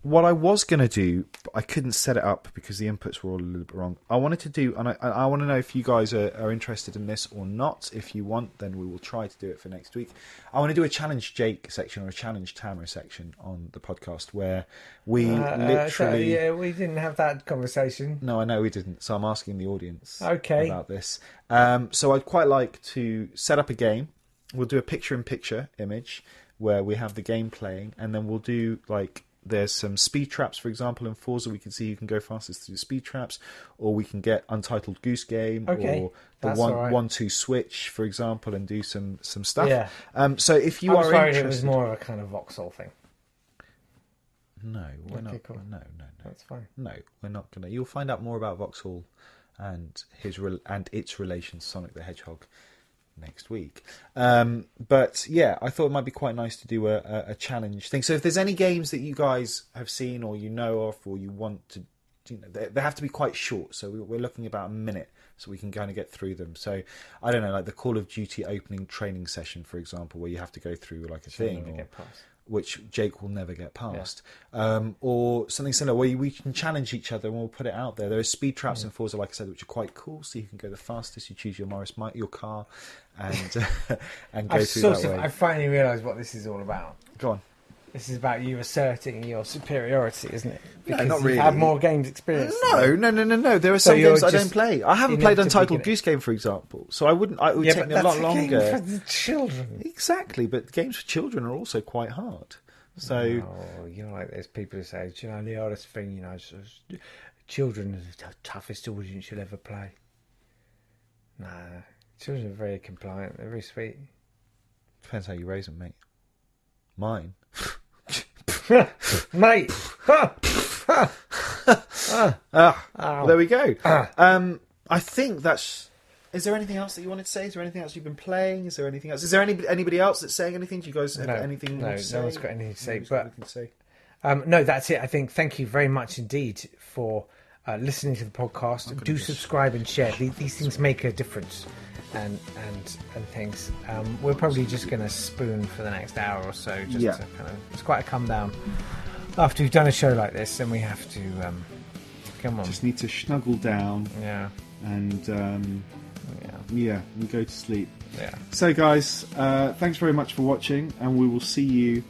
B: what I was going to do, but I couldn't set it up because the inputs were all a little bit wrong. I wanted to do, and I, and I want to know if you guys are, are interested in this or not. If you want, then we will try to do it for next week. I want to do a challenge Jake section or a challenge Tamara section on the podcast where we literally.
A: Uh, yeah, we didn't have that conversation.
B: No, I know we didn't. So I'm asking the audience
A: Okay.
B: about this. Um, so I'd quite like to set up a game. We'll do a picture-in-picture image where we have the game playing, and then we'll do like there's some speed traps, for example, in Forza. We can see who can go fastest through speed traps, or we can get Untitled Goose Game,
A: Okay.
B: or the
A: That's
B: one
A: all right.
B: one-two switch, for example, and do some some stuff.
A: Yeah.
B: Um, so if you
A: I was
B: are
A: worried
B: interested,
A: it was more of a kind of voxel thing.
B: no, we're not.
A: cool.
B: No, no, no.
A: That's fine.
B: No, we're not gonna. You'll find out more about Vauxhall and his rel and its relation to Sonic the Hedgehog next week. Um, but yeah, I thought it might be quite nice to do a, a, a challenge thing. So if there's any games that you guys have seen or you know of or you want to, you know, they, they have to be quite short. So we, we're looking about a minute, so we can kind of get through them. So I don't know, like the Call of Duty opening training session, for example, where you have to go through like a thing. or-
A: Get past.
B: which Jake will never get past, um, or something similar where we can challenge each other and we'll put it out there. There are speed traps in Forza, like I said, which are quite cool. So you can go the fastest. You choose your Morris, Mi- your car, and and go
A: I
B: through
A: sort
B: that
A: of,
B: way.
A: I finally realised what this is all about.
B: Go on.
A: This is about you asserting your superiority, isn't it? Because
B: not
A: you have
B: really.
A: more games experience. than me.
B: No, no, no, no, no. There are some
A: you're
B: games I don't
A: just
B: play. I haven't
A: in
B: played
A: the
B: Untitled
A: beginning.
B: Goose Game, for example. So I wouldn't. I, it would
A: Yeah,
B: take
A: but
B: me a
A: that's
B: lot
A: a game
B: longer.
A: for the children.
B: Exactly, but games for children are also quite hard. So.
A: Oh, you're like those people who say, "Do you know, the hardest thing, you know, is, is children are the toughest audience you'll ever play. No, children are very compliant, they're very sweet.
B: Depends how you raise them, mate. Mine.
A: Mate! Ha!
B: Ah,
A: Ow. Ah.
B: there we go. Um, I think that's. Is there anything else that you wanted to say? Is there anything else you've been playing? Is there anything else? Is there any, anybody else that's saying anything? Do you guys have
A: No,
B: anything?
A: no,
B: to
A: no
B: say?
A: one's got anything to say,
B: Nobody's got
A: but-
B: anything to say.
A: Um, no, that's it. I think thank you very much indeed for uh, listening to the podcast. Do subscribe and share. These, these things make a difference, and and and things. Um, we're probably just going to spoon for the next hour or so. Just
B: Yeah.
A: to kind of, it's quite a come down after we've done a show like this, and we have to um, come on.
B: need to snuggle down
A: yeah,
B: and um,
A: yeah,
B: yeah, and go to sleep.
A: yeah.
B: So, guys, uh, thanks very much for watching, and we will see you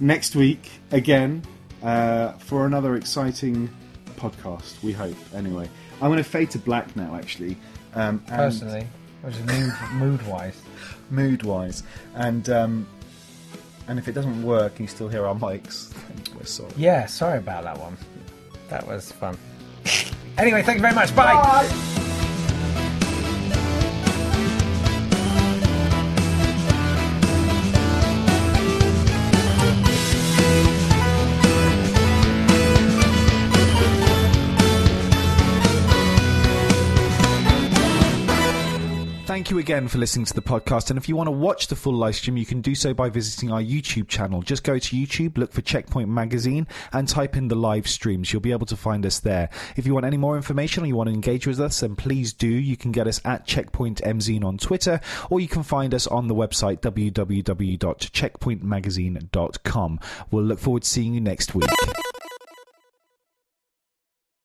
B: next week again uh, for another exciting podcast. We hope. Anyway, I'm going to fade to black now, actually. Um, and-
A: Personally, which is mood, mood wise.
B: mood wise. And um, and if it doesn't work and you still hear our mics, then we're sorry.
A: Yeah, sorry about that one. That was fun. anyway, thank you very much. Bye.
B: Thank you again for listening to the podcast. And if you want to watch the full live stream, you can do so by visiting our YouTube channel. Just go to YouTube, look for Checkpoint Magazine, and type in the live streams. You'll be able to find us there. If you want any more information or you want to engage with us, then please do. You can get us at Checkpoint MZine on Twitter, or you can find us on the website www.checkpointmagazine.com. We'll look forward to seeing you next week.